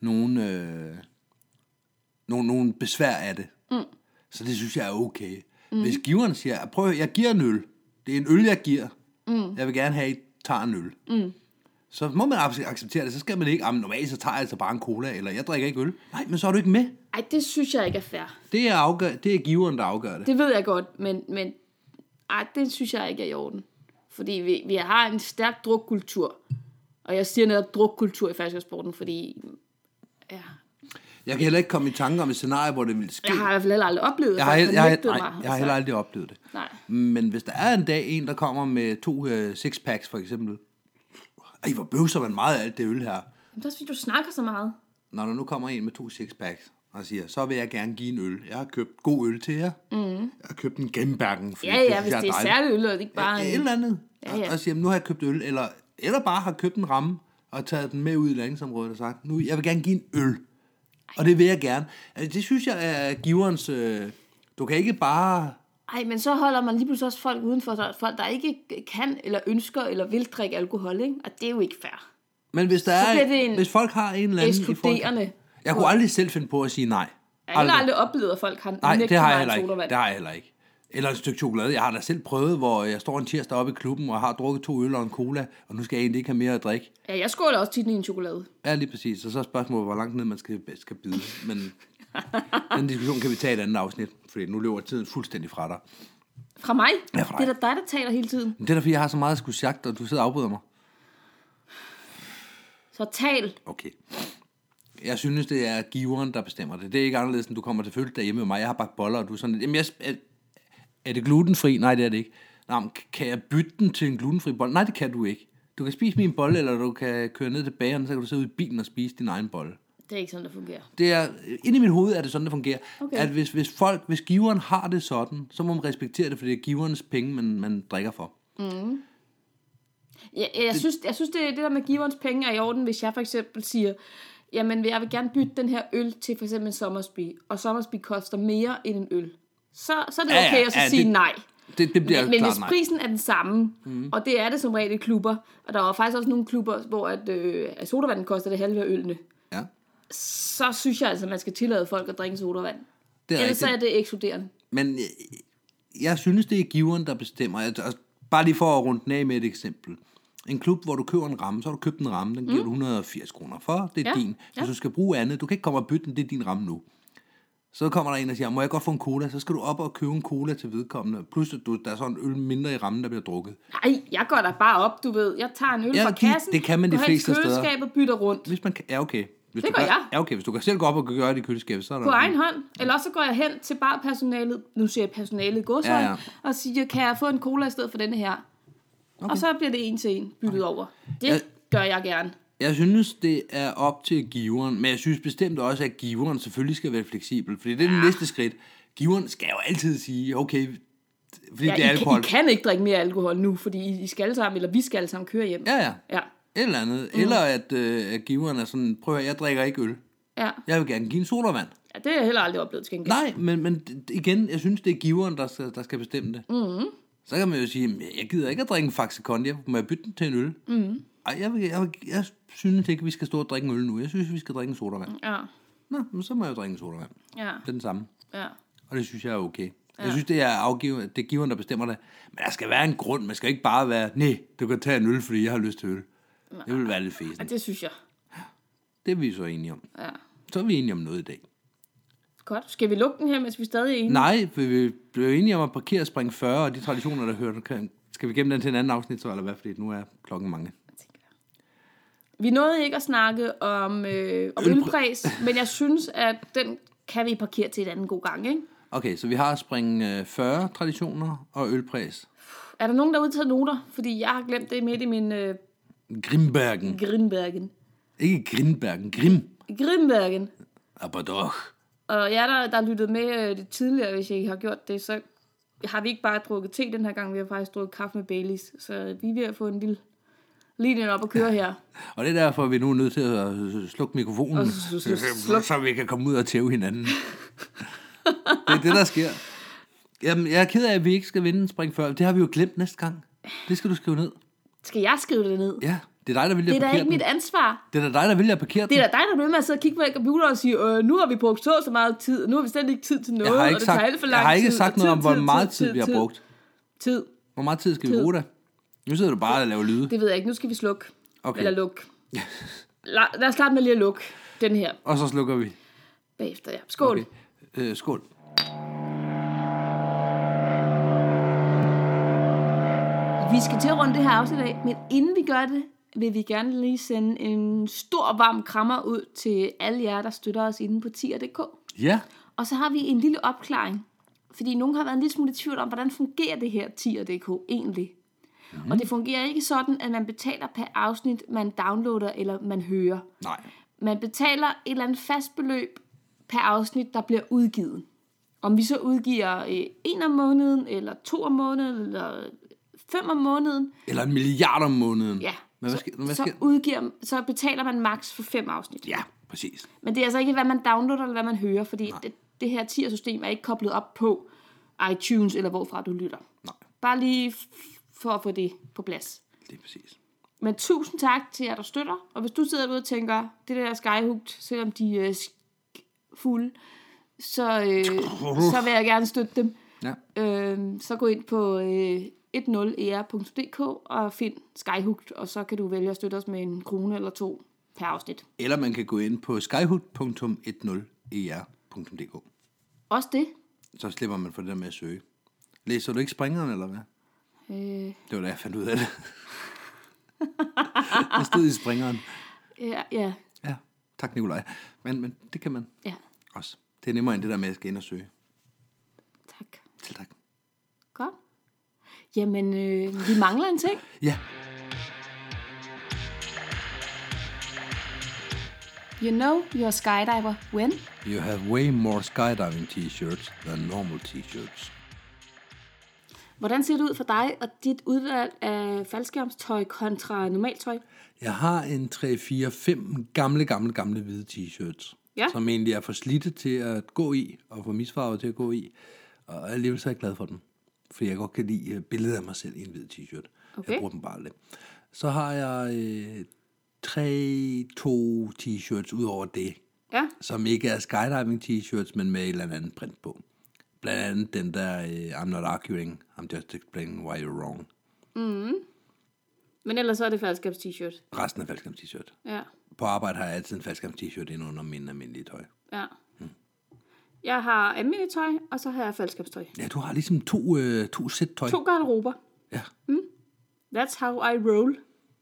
Speaker 3: nogen, øh, nogen, nogen besvær af det. Mm. Så det synes jeg er okay. Mm. Hvis giveren siger, prøv at høre, jeg giver en øl. Det er en øl, jeg giver. Mm. Jeg vil gerne have, at I tager en øl. Mm. Så må man ac- acceptere det. Så skal man ikke, "Jamen, normalt så tager jeg altså bare en cola, eller jeg drikker ikke øl. Nej, men så er du ikke med.
Speaker 2: Ej, det synes jeg ikke er fair.
Speaker 3: Det er, afgør, det er giveren, der afgør det.
Speaker 2: Det ved jeg godt, men, men ej, det synes jeg ikke er i orden. Fordi vi, vi har en stærk drukkultur. Og jeg siger netop drukkultur i færdselsporten, fordi ja,
Speaker 3: Jeg kan heller ikke komme i tanke om et scenarie, hvor det ville ske.
Speaker 2: jeg har i hvert fald heller aldrig oplevet,
Speaker 3: Jeg har,
Speaker 2: at
Speaker 3: jeg,
Speaker 2: folk
Speaker 3: jeg,
Speaker 2: nægtede Altså,
Speaker 3: nej, jeg har heller aldrig oplevet det.
Speaker 2: Nej.
Speaker 3: Men hvis der er en dag en, der kommer med to øh, sixpacks for eksempel. Ej, hvor bøvser man meget af alt det øl her.
Speaker 2: Jamen, det er også fordi, du snakker så meget.
Speaker 3: Når der nu kommer en med to sixpacks og siger, så vil jeg gerne give en øl. Jeg har købt god øl til jer. Mm. Jeg har købt en gennembakken.
Speaker 2: Ja, ja, hvis det er særligt øl, og det ikke bare...
Speaker 3: Et
Speaker 2: en-
Speaker 3: eller andet.
Speaker 2: Ja, ja.
Speaker 3: Og, og siger, nu har jeg købt øl. Eller, eller bare har købt en ramme og taget den med ud i landingsområdet og sagt, nu jeg vil gerne give en øl. Og det vil jeg gerne. Altså, det synes jeg er giverens... Øh, du kan ikke bare...
Speaker 2: Ej, men så holder man lige pludselig også folk udenfor, så folk, der ikke kan, eller ønsker, eller vil drikke alkohol, ikke? Og det er jo ikke fair.
Speaker 3: Men hvis, der
Speaker 2: Så
Speaker 3: er,
Speaker 2: bliver det en
Speaker 3: hvis folk har en eller anden... i forhold-
Speaker 2: Ekskluderende.
Speaker 3: Jeg kunne aldrig selv finde på at sige nej.
Speaker 2: Jeg har heller aldrig oplevet, at folk har
Speaker 3: Nej,
Speaker 2: nægtet
Speaker 3: det har jeg
Speaker 2: mig en
Speaker 3: heller ikke.
Speaker 2: sodavand.
Speaker 3: Det har jeg heller ikke. Eller et stykke chokolade. Jeg har da selv prøvet, hvor jeg står en tirsdag oppe i klubben, og har drukket to øl og en cola, og nu skal jeg egentlig ikke have mere at drikke.
Speaker 2: Ja, jeg skåler også tit i en chokolade.
Speaker 3: Ja, lige præcis. Og så er spørgsmålet, hvor langt ned man skal, skal bide. Men den diskussion kan vi tage i et andet afsnit, fordi nu løber tiden fuldstændig fra dig.
Speaker 2: Fra mig?
Speaker 3: Ja, fra dig.
Speaker 2: det er da dig, der taler hele tiden.
Speaker 3: Men det er da, fordi jeg har så meget at skulle sagt, og du sidder og afbryder mig.
Speaker 2: Så tal.
Speaker 3: Okay. Jeg synes, det er giveren, der bestemmer det. Det er ikke anderledes, end du kommer til følge derhjemme med mig. Jeg har bagt boller, og du er sådan lidt, jamen jeg, sp- er, er det glutenfri? Nej, det er det ikke. Nå, men kan jeg bytte den til en glutenfri bolle? Nej, det kan du ikke. Du kan spise min bolle, eller du kan køre ned til bageren, så kan du sidde ude i bilen og spise din egen bolle.
Speaker 2: Det er ikke sådan, det fungerer.
Speaker 3: Det er, inde i mit hoved er det sådan, det fungerer.
Speaker 2: Okay.
Speaker 3: At hvis, hvis, folk, hvis giveren har det sådan, så må man respektere det, for det er giverens penge, man, man drikker for.
Speaker 2: Jeg, jeg, synes, jeg synes, det, det der med giverens penge er i orden, hvis jeg for eksempel siger, jamen jeg vil gerne bytte den her øl til for eksempel en sommersby, og sommersby koster mere end en øl. Så, så er det
Speaker 3: Ja,
Speaker 2: okay
Speaker 3: ja,
Speaker 2: at så
Speaker 3: ja,
Speaker 2: sige
Speaker 3: det-
Speaker 2: nej.
Speaker 3: Det, det bliver
Speaker 2: Men, men
Speaker 3: klart
Speaker 2: hvis
Speaker 3: nej. Mhm.
Speaker 2: prisen er den samme, mm. og det er det som regel i klubber, og der er faktisk også nogle klubber, hvor at, øh, at sodavanden koster det halve af ølene,
Speaker 3: Ja,
Speaker 2: så synes jeg altså, at man skal tillade folk at drikke sodavand.
Speaker 3: det er
Speaker 2: Ellers
Speaker 3: rigtigt.
Speaker 2: så er det ekskluderende.
Speaker 3: Men jeg, jeg synes, det er giveren, der bestemmer. Jeg, og bare lige for at runde den af med et eksempel. En klub, hvor du køber en ramme, så har du købt en ramme, den giver du 180 kroner for, det er
Speaker 2: Mm. Ja,
Speaker 3: din. Hvis
Speaker 2: ja.
Speaker 3: du skal bruge andet, du kan ikke komme og bytte den, det er din ramme nu. Så kommer der en og siger, må jeg godt få en cola? Så skal du op og købe en cola til vedkommende. Plus, at du, der er sådan en øl mindre i rammen, der bliver drukket.
Speaker 2: Nej, jeg går da bare op, du ved. Jeg tager en øl
Speaker 3: Ja,
Speaker 2: fra
Speaker 3: de-
Speaker 2: kassen,
Speaker 3: det kan man
Speaker 2: går
Speaker 3: de
Speaker 2: hen i
Speaker 3: fleste steder.
Speaker 2: køleskabet og bytter rundt.
Speaker 3: Hvis man kan, ja, okay. Hvis
Speaker 2: Det
Speaker 3: du
Speaker 2: gør
Speaker 3: gør,
Speaker 2: jeg.
Speaker 3: Ja, okay. Hvis du kan selv gå op og gøre det i køleskabet, så er der...
Speaker 2: på egen hånd. Eller også så går jeg hen til barpersonalet, nu siger jeg personalet i godshøjde,
Speaker 3: Ja,
Speaker 2: ja,
Speaker 3: ja.
Speaker 2: ja. og siger, kan jeg få en cola i stedet for denne her? Okay. Og så bliver det en til en byttet okay. over. Det
Speaker 3: Ja.
Speaker 2: ja. gør jeg gerne.
Speaker 3: Jeg synes, det er op til giveren, men jeg synes bestemt også, at giveren selvfølgelig skal være fleksibel, fordi det er ja. det næste skridt. Giveren skal jo altid sige, okay, fordi
Speaker 2: Ja,
Speaker 3: det er
Speaker 2: I, kan,
Speaker 3: alkohol.
Speaker 2: I kan ikke drikke mere alkohol nu, fordi I- I skal alle sammen, eller vi skal alle sammen køre hjem.
Speaker 3: Ja, ja.
Speaker 2: Ja.
Speaker 3: Et eller andet. Mm. Eller at, øh, at giveren er sådan, prøv at høre, jeg drikker ikke øl.
Speaker 2: ja.
Speaker 3: Jeg vil gerne give en sodavand.
Speaker 2: ja det har jeg heller aldrig oplevet til gengæld.
Speaker 3: Nej, men, men d- igen, jeg synes, det er giveren, der skal, der skal bestemme det. Mm. Så kan man jo sige, "Jamen, jeg gider ikke at drikke en Faxe Kondi, jeg må jeg bytte den til en øl. Mm. Ej, jeg, vil- jeg, vil- jeg synes ikke, vi skal stå og drikke en øl nu. Jeg synes, vi skal drikke en sodavand.
Speaker 2: Ja, Mm.
Speaker 3: Nå, men så må jeg jo drikke en sodavand.
Speaker 2: ja,
Speaker 3: Det er den samme.
Speaker 2: ja.
Speaker 3: Og det synes jeg er okay. Ja. Jeg synes, det er, afgiver, det er giveren, der bestemmer det. Men der skal være en grund. Man skal ikke bare være, nej, du kan tage en øl, fordi jeg har lyst til øl. Det vil være lidt
Speaker 2: ja
Speaker 3: fæsen.
Speaker 2: det synes jeg.
Speaker 3: Det er vi så enige om.
Speaker 2: Ja.
Speaker 3: Så er vi enige om noget i dag.
Speaker 2: Godt. Skal vi lukke den her, mens vi stadig er enige?
Speaker 3: Nej, for vi blev enige om at parkere og springe 40, og de traditioner, der hører, kan- skal vi gemme den til en anden afsnit, så, eller hvad, fordi nu er klokken mange.
Speaker 2: tænker jeg. Vi nåede ikke at snakke om, øh, om
Speaker 3: Ølpri-
Speaker 2: ølpris, men jeg synes, at den kan vi parkere til en anden god gang, ikke?
Speaker 3: Okay, så vi har at springe øh, 40 traditioner og ølpræs.
Speaker 2: Er der nogen, der har udtaget noter? Fordi jeg har glemt det midt i min øh,
Speaker 3: Grimbergen.
Speaker 2: Grinbergen.
Speaker 3: Ikke Grimbergen, Grim.
Speaker 2: Grinbergen.
Speaker 3: Abadoch.
Speaker 2: Og jer, der, der lyttede med øh, det tidligere, hvis I ikke har gjort det, så har vi ikke bare drukket te den her gang, vi har faktisk drukket kaffe med Baileys. Så vi er ved at få en lille linje op og køre her.
Speaker 3: Og det er derfor, vi nu er nødt til at slukke mikrofonen, øh,
Speaker 2: Og s- s- sluk.
Speaker 3: så vi kan komme ud og tæve hinanden. det er det, der sker. Jamen, jeg er ked af, at vi ikke skal vinde en spring før. Det har vi jo glemt næste gang. Det skal du skrive ned.
Speaker 2: Skal jeg skrive det ned?
Speaker 3: Ja, det er dig, der vil
Speaker 2: Det
Speaker 3: at
Speaker 2: er da
Speaker 3: parkere
Speaker 2: ikke
Speaker 3: den.
Speaker 2: mit ansvar.
Speaker 3: Det er da dig, der vil at parkere den.
Speaker 2: Det er da dig, der bliver med at sidde og kigge på den computer og sige, øh, nu har vi brugt så, så meget tid, og nu har vi slet ikke tid til noget,
Speaker 3: Jeg har
Speaker 2: og
Speaker 3: ikke
Speaker 2: det
Speaker 3: sagt,
Speaker 2: tager alt for lang
Speaker 3: jeg har ikke
Speaker 2: tid,
Speaker 3: sagt
Speaker 2: og
Speaker 3: noget om, hvor meget tid,
Speaker 2: tid,
Speaker 3: vi har brugt.
Speaker 2: Tid.
Speaker 3: Hvor meget tid skal vi
Speaker 2: Tid.
Speaker 3: bruge da? Nu sidder du bare og laver lyde.
Speaker 2: Det ved jeg ikke. Nu skal vi slukke.
Speaker 3: Okay.
Speaker 2: Eller lukke. La- Lad os starte med lige at lukke den her
Speaker 3: Og så slukker vi.
Speaker 2: bagefter. Ja. Skål.
Speaker 3: Okay. Øh, skål.
Speaker 2: Vi skal til at runde det her afsnit af, men inden vi gør det, vil vi gerne lige sende en stor varm krammer ud til alle jer, der støtter os inde på tier.dk.
Speaker 3: Ja,
Speaker 2: Og så har vi en lille opklaring. Fordi nogen har været en lille smule i tvivl om, hvordan fungerer det her tier.dk egentlig?
Speaker 3: Mhm.
Speaker 2: Mm-hmm. Og det fungerer ikke sådan, at man betaler per afsnit, man downloader eller man hører.
Speaker 3: nej.
Speaker 2: Man betaler et eller andet fast beløb per afsnit, der bliver udgivet. Om vi så udgiver øh, en om måneden, eller to om måneden, eller fem om måneden,
Speaker 3: Eller en milliard om måneden.
Speaker 2: ja,
Speaker 3: Men hvad
Speaker 2: så,
Speaker 3: skal, hvad
Speaker 2: så,
Speaker 3: skal?
Speaker 2: udgiver, så betaler man maks for fem afsnit.
Speaker 3: Ja, præcis.
Speaker 2: Men det er altså ikke, hvad man downloader eller hvad man hører, fordi det, det her tier-system er ikke koblet op på iTunes eller hvorfra du lytter.
Speaker 3: Nej,
Speaker 2: Bare lige f- for at få det på plads.
Speaker 3: det er præcis.
Speaker 2: Men tusind tak til jer, der støtter. Og hvis du sidder derude og tænker, det der skyhugt, selvom de er sk- fulde, så, øh, så vil jeg gerne støtte dem.
Speaker 3: Ja.
Speaker 2: Øh, så gå ind på øh, 10er.dk og find skyhugt, og så kan du vælge at støtte os med en krone eller to per afsnit.
Speaker 3: Eller man kan gå ind på e skyhood.10er.dk.
Speaker 2: Også det.
Speaker 3: Så slipper man for det der med at søge. Læser du ikke springeren, eller hvad?
Speaker 2: Øh,
Speaker 3: Det var da, jeg fandt ud af det. det stod i springeren.
Speaker 2: ja, ja,
Speaker 3: Ja, tak Nikolaj. Men, men det kan man
Speaker 2: ja,
Speaker 3: også. Det er nemmere end det der med, at jeg skal ind og søge.
Speaker 2: tak.
Speaker 3: Selv tak.
Speaker 2: Godt. Jamen, øh, vi mangler en ting.
Speaker 3: Ja,
Speaker 2: You know you're a skydiver when?
Speaker 3: you have way more skydiving t-shirts than normal t-shirts.
Speaker 2: Hvordan ser det ud for dig og dit udvalg af faldskærmstøj kontra normaltøj?
Speaker 3: Jeg har en 3, 4, 5 gamle, gamle, gamle hvide t-shirts,
Speaker 2: Ja.
Speaker 3: som egentlig er for slidte til at gå i, og for misfarvet til at gå i, og alligevel så er jeg glad for dem. fordi jeg godt kan lide øh, billedet af mig selv i en hvid t-shirt.
Speaker 2: Okay.
Speaker 3: Jeg bruger den bare lidt. Så har jeg øh, tre, to t-shirts ud over det,
Speaker 2: Ja,
Speaker 3: som ikke er skydiving t-shirts, men med et eller andet print på. Blandt andet den der, øh, I'm not arguing, I'm just explaining why you're wrong.
Speaker 2: men ellers så er det faldskabs t-shirt.
Speaker 3: Resten er faldskærms t-shirt.
Speaker 2: Ja,
Speaker 3: På arbejde har jeg altid en faldskærms t-shirt ind under min almindelige tøj.
Speaker 2: ja. Jeg har almindeligt tøj, og så har jeg faldskabstøj.
Speaker 3: Ja, du har ligesom to, øh, to sæt tøj.
Speaker 2: To garderober.
Speaker 3: Ja.
Speaker 2: That's how I roll.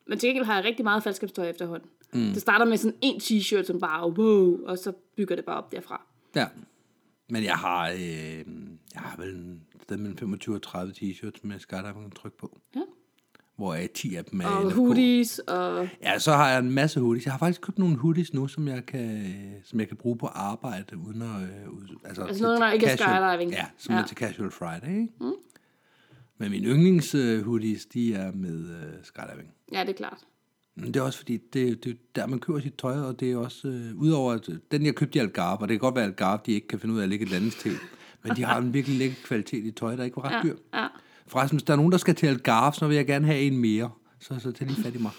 Speaker 2: Men til gengæld har jeg rigtig meget faldskabstøj efterhånden. Mm. Det starter med sådan en t-shirt, som bare, wow, og så bygger det bare op derfra.
Speaker 3: ja. Men jeg har, øh, jeg har vel en sted mellem 25 og 30 t-shirts med skydiving tryk på.
Speaker 2: Ja.
Speaker 3: Hvor jeg 10 af dem er
Speaker 2: Og
Speaker 3: NFK.
Speaker 2: hoodies, og
Speaker 3: Ja, så har jeg en masse hoodies. Jeg har faktisk købt nogle hoodies nu, som jeg kan, som jeg kan bruge på arbejde, uden at... øh, ud- Altså, til-
Speaker 2: noget, der
Speaker 3: til
Speaker 2: ikke er
Speaker 3: casual-
Speaker 2: skydiving.
Speaker 3: Ja, som ja.
Speaker 2: Ja.
Speaker 3: er til Casual Friday, ikke? Mm. Men mine yndlings øh, hoodies, de er med øh, skydiving.
Speaker 2: ja, det er klart.
Speaker 3: Men det er også fordi, det, det er der, man køber sit tøj, og det er også, øh, udover at øh, den, jeg købte i Algarve, og det kan godt være, at Algarve, de ikke kan finde ud af at lægge et andet sted, men de har en virkelig lækker kvalitet i tøj, der ikke var ret dyr.
Speaker 2: ja.
Speaker 3: Forresten, hvis der er nogen, der skal til Algarve, så vil jeg gerne have en mere, så, så tag lige fat i mig.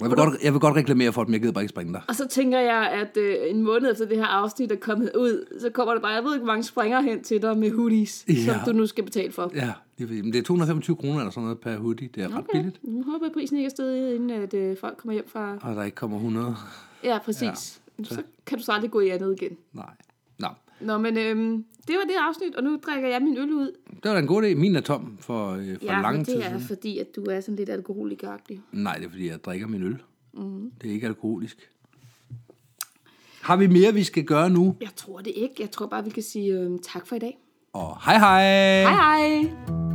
Speaker 3: Jeg vil, godt, jeg vil godt reklamere for dem, jeg gider bare ikke springe dig.
Speaker 2: Og så tænker jeg, at øh, en måned efter det her afsnit er kommet ud, så kommer der bare, jeg ved ikke, hvor mange springer hen til dig med hoodies, ja.
Speaker 3: Ja.
Speaker 2: som du nu skal betale for.
Speaker 3: Ja, det er, fordi- men det er 225 kroner eller sådan noget per hoodie, det er ret billigt,
Speaker 2: Nu håber jeg, at prisen ikke er stedet, inden at øh, folk kommer hjem fra...
Speaker 3: og der ikke kommer 100.
Speaker 2: Ja, præcis. Ja. Så kan du så aldrig gå i andet igen.
Speaker 3: Nej. Nå,
Speaker 2: Nå, men øhm, det var det afsnit, og nu drikker jeg min øl ud.
Speaker 3: det var da en god idé. Min er tom for, øh, for
Speaker 2: ja, men
Speaker 3: lang tid
Speaker 2: det er
Speaker 3: siden.
Speaker 2: fordi, at du er sådan lidt alkoholikeragtig.
Speaker 3: Nej, det er fordi, jeg drikker min øl. Mm. Det er ikke alkoholisk. Har vi mere, vi skal gøre nu?
Speaker 2: Jeg tror det ikke. Jeg tror bare, vi kan sige øhm, tak for i dag.
Speaker 3: Og hej hej!
Speaker 2: Hej hej!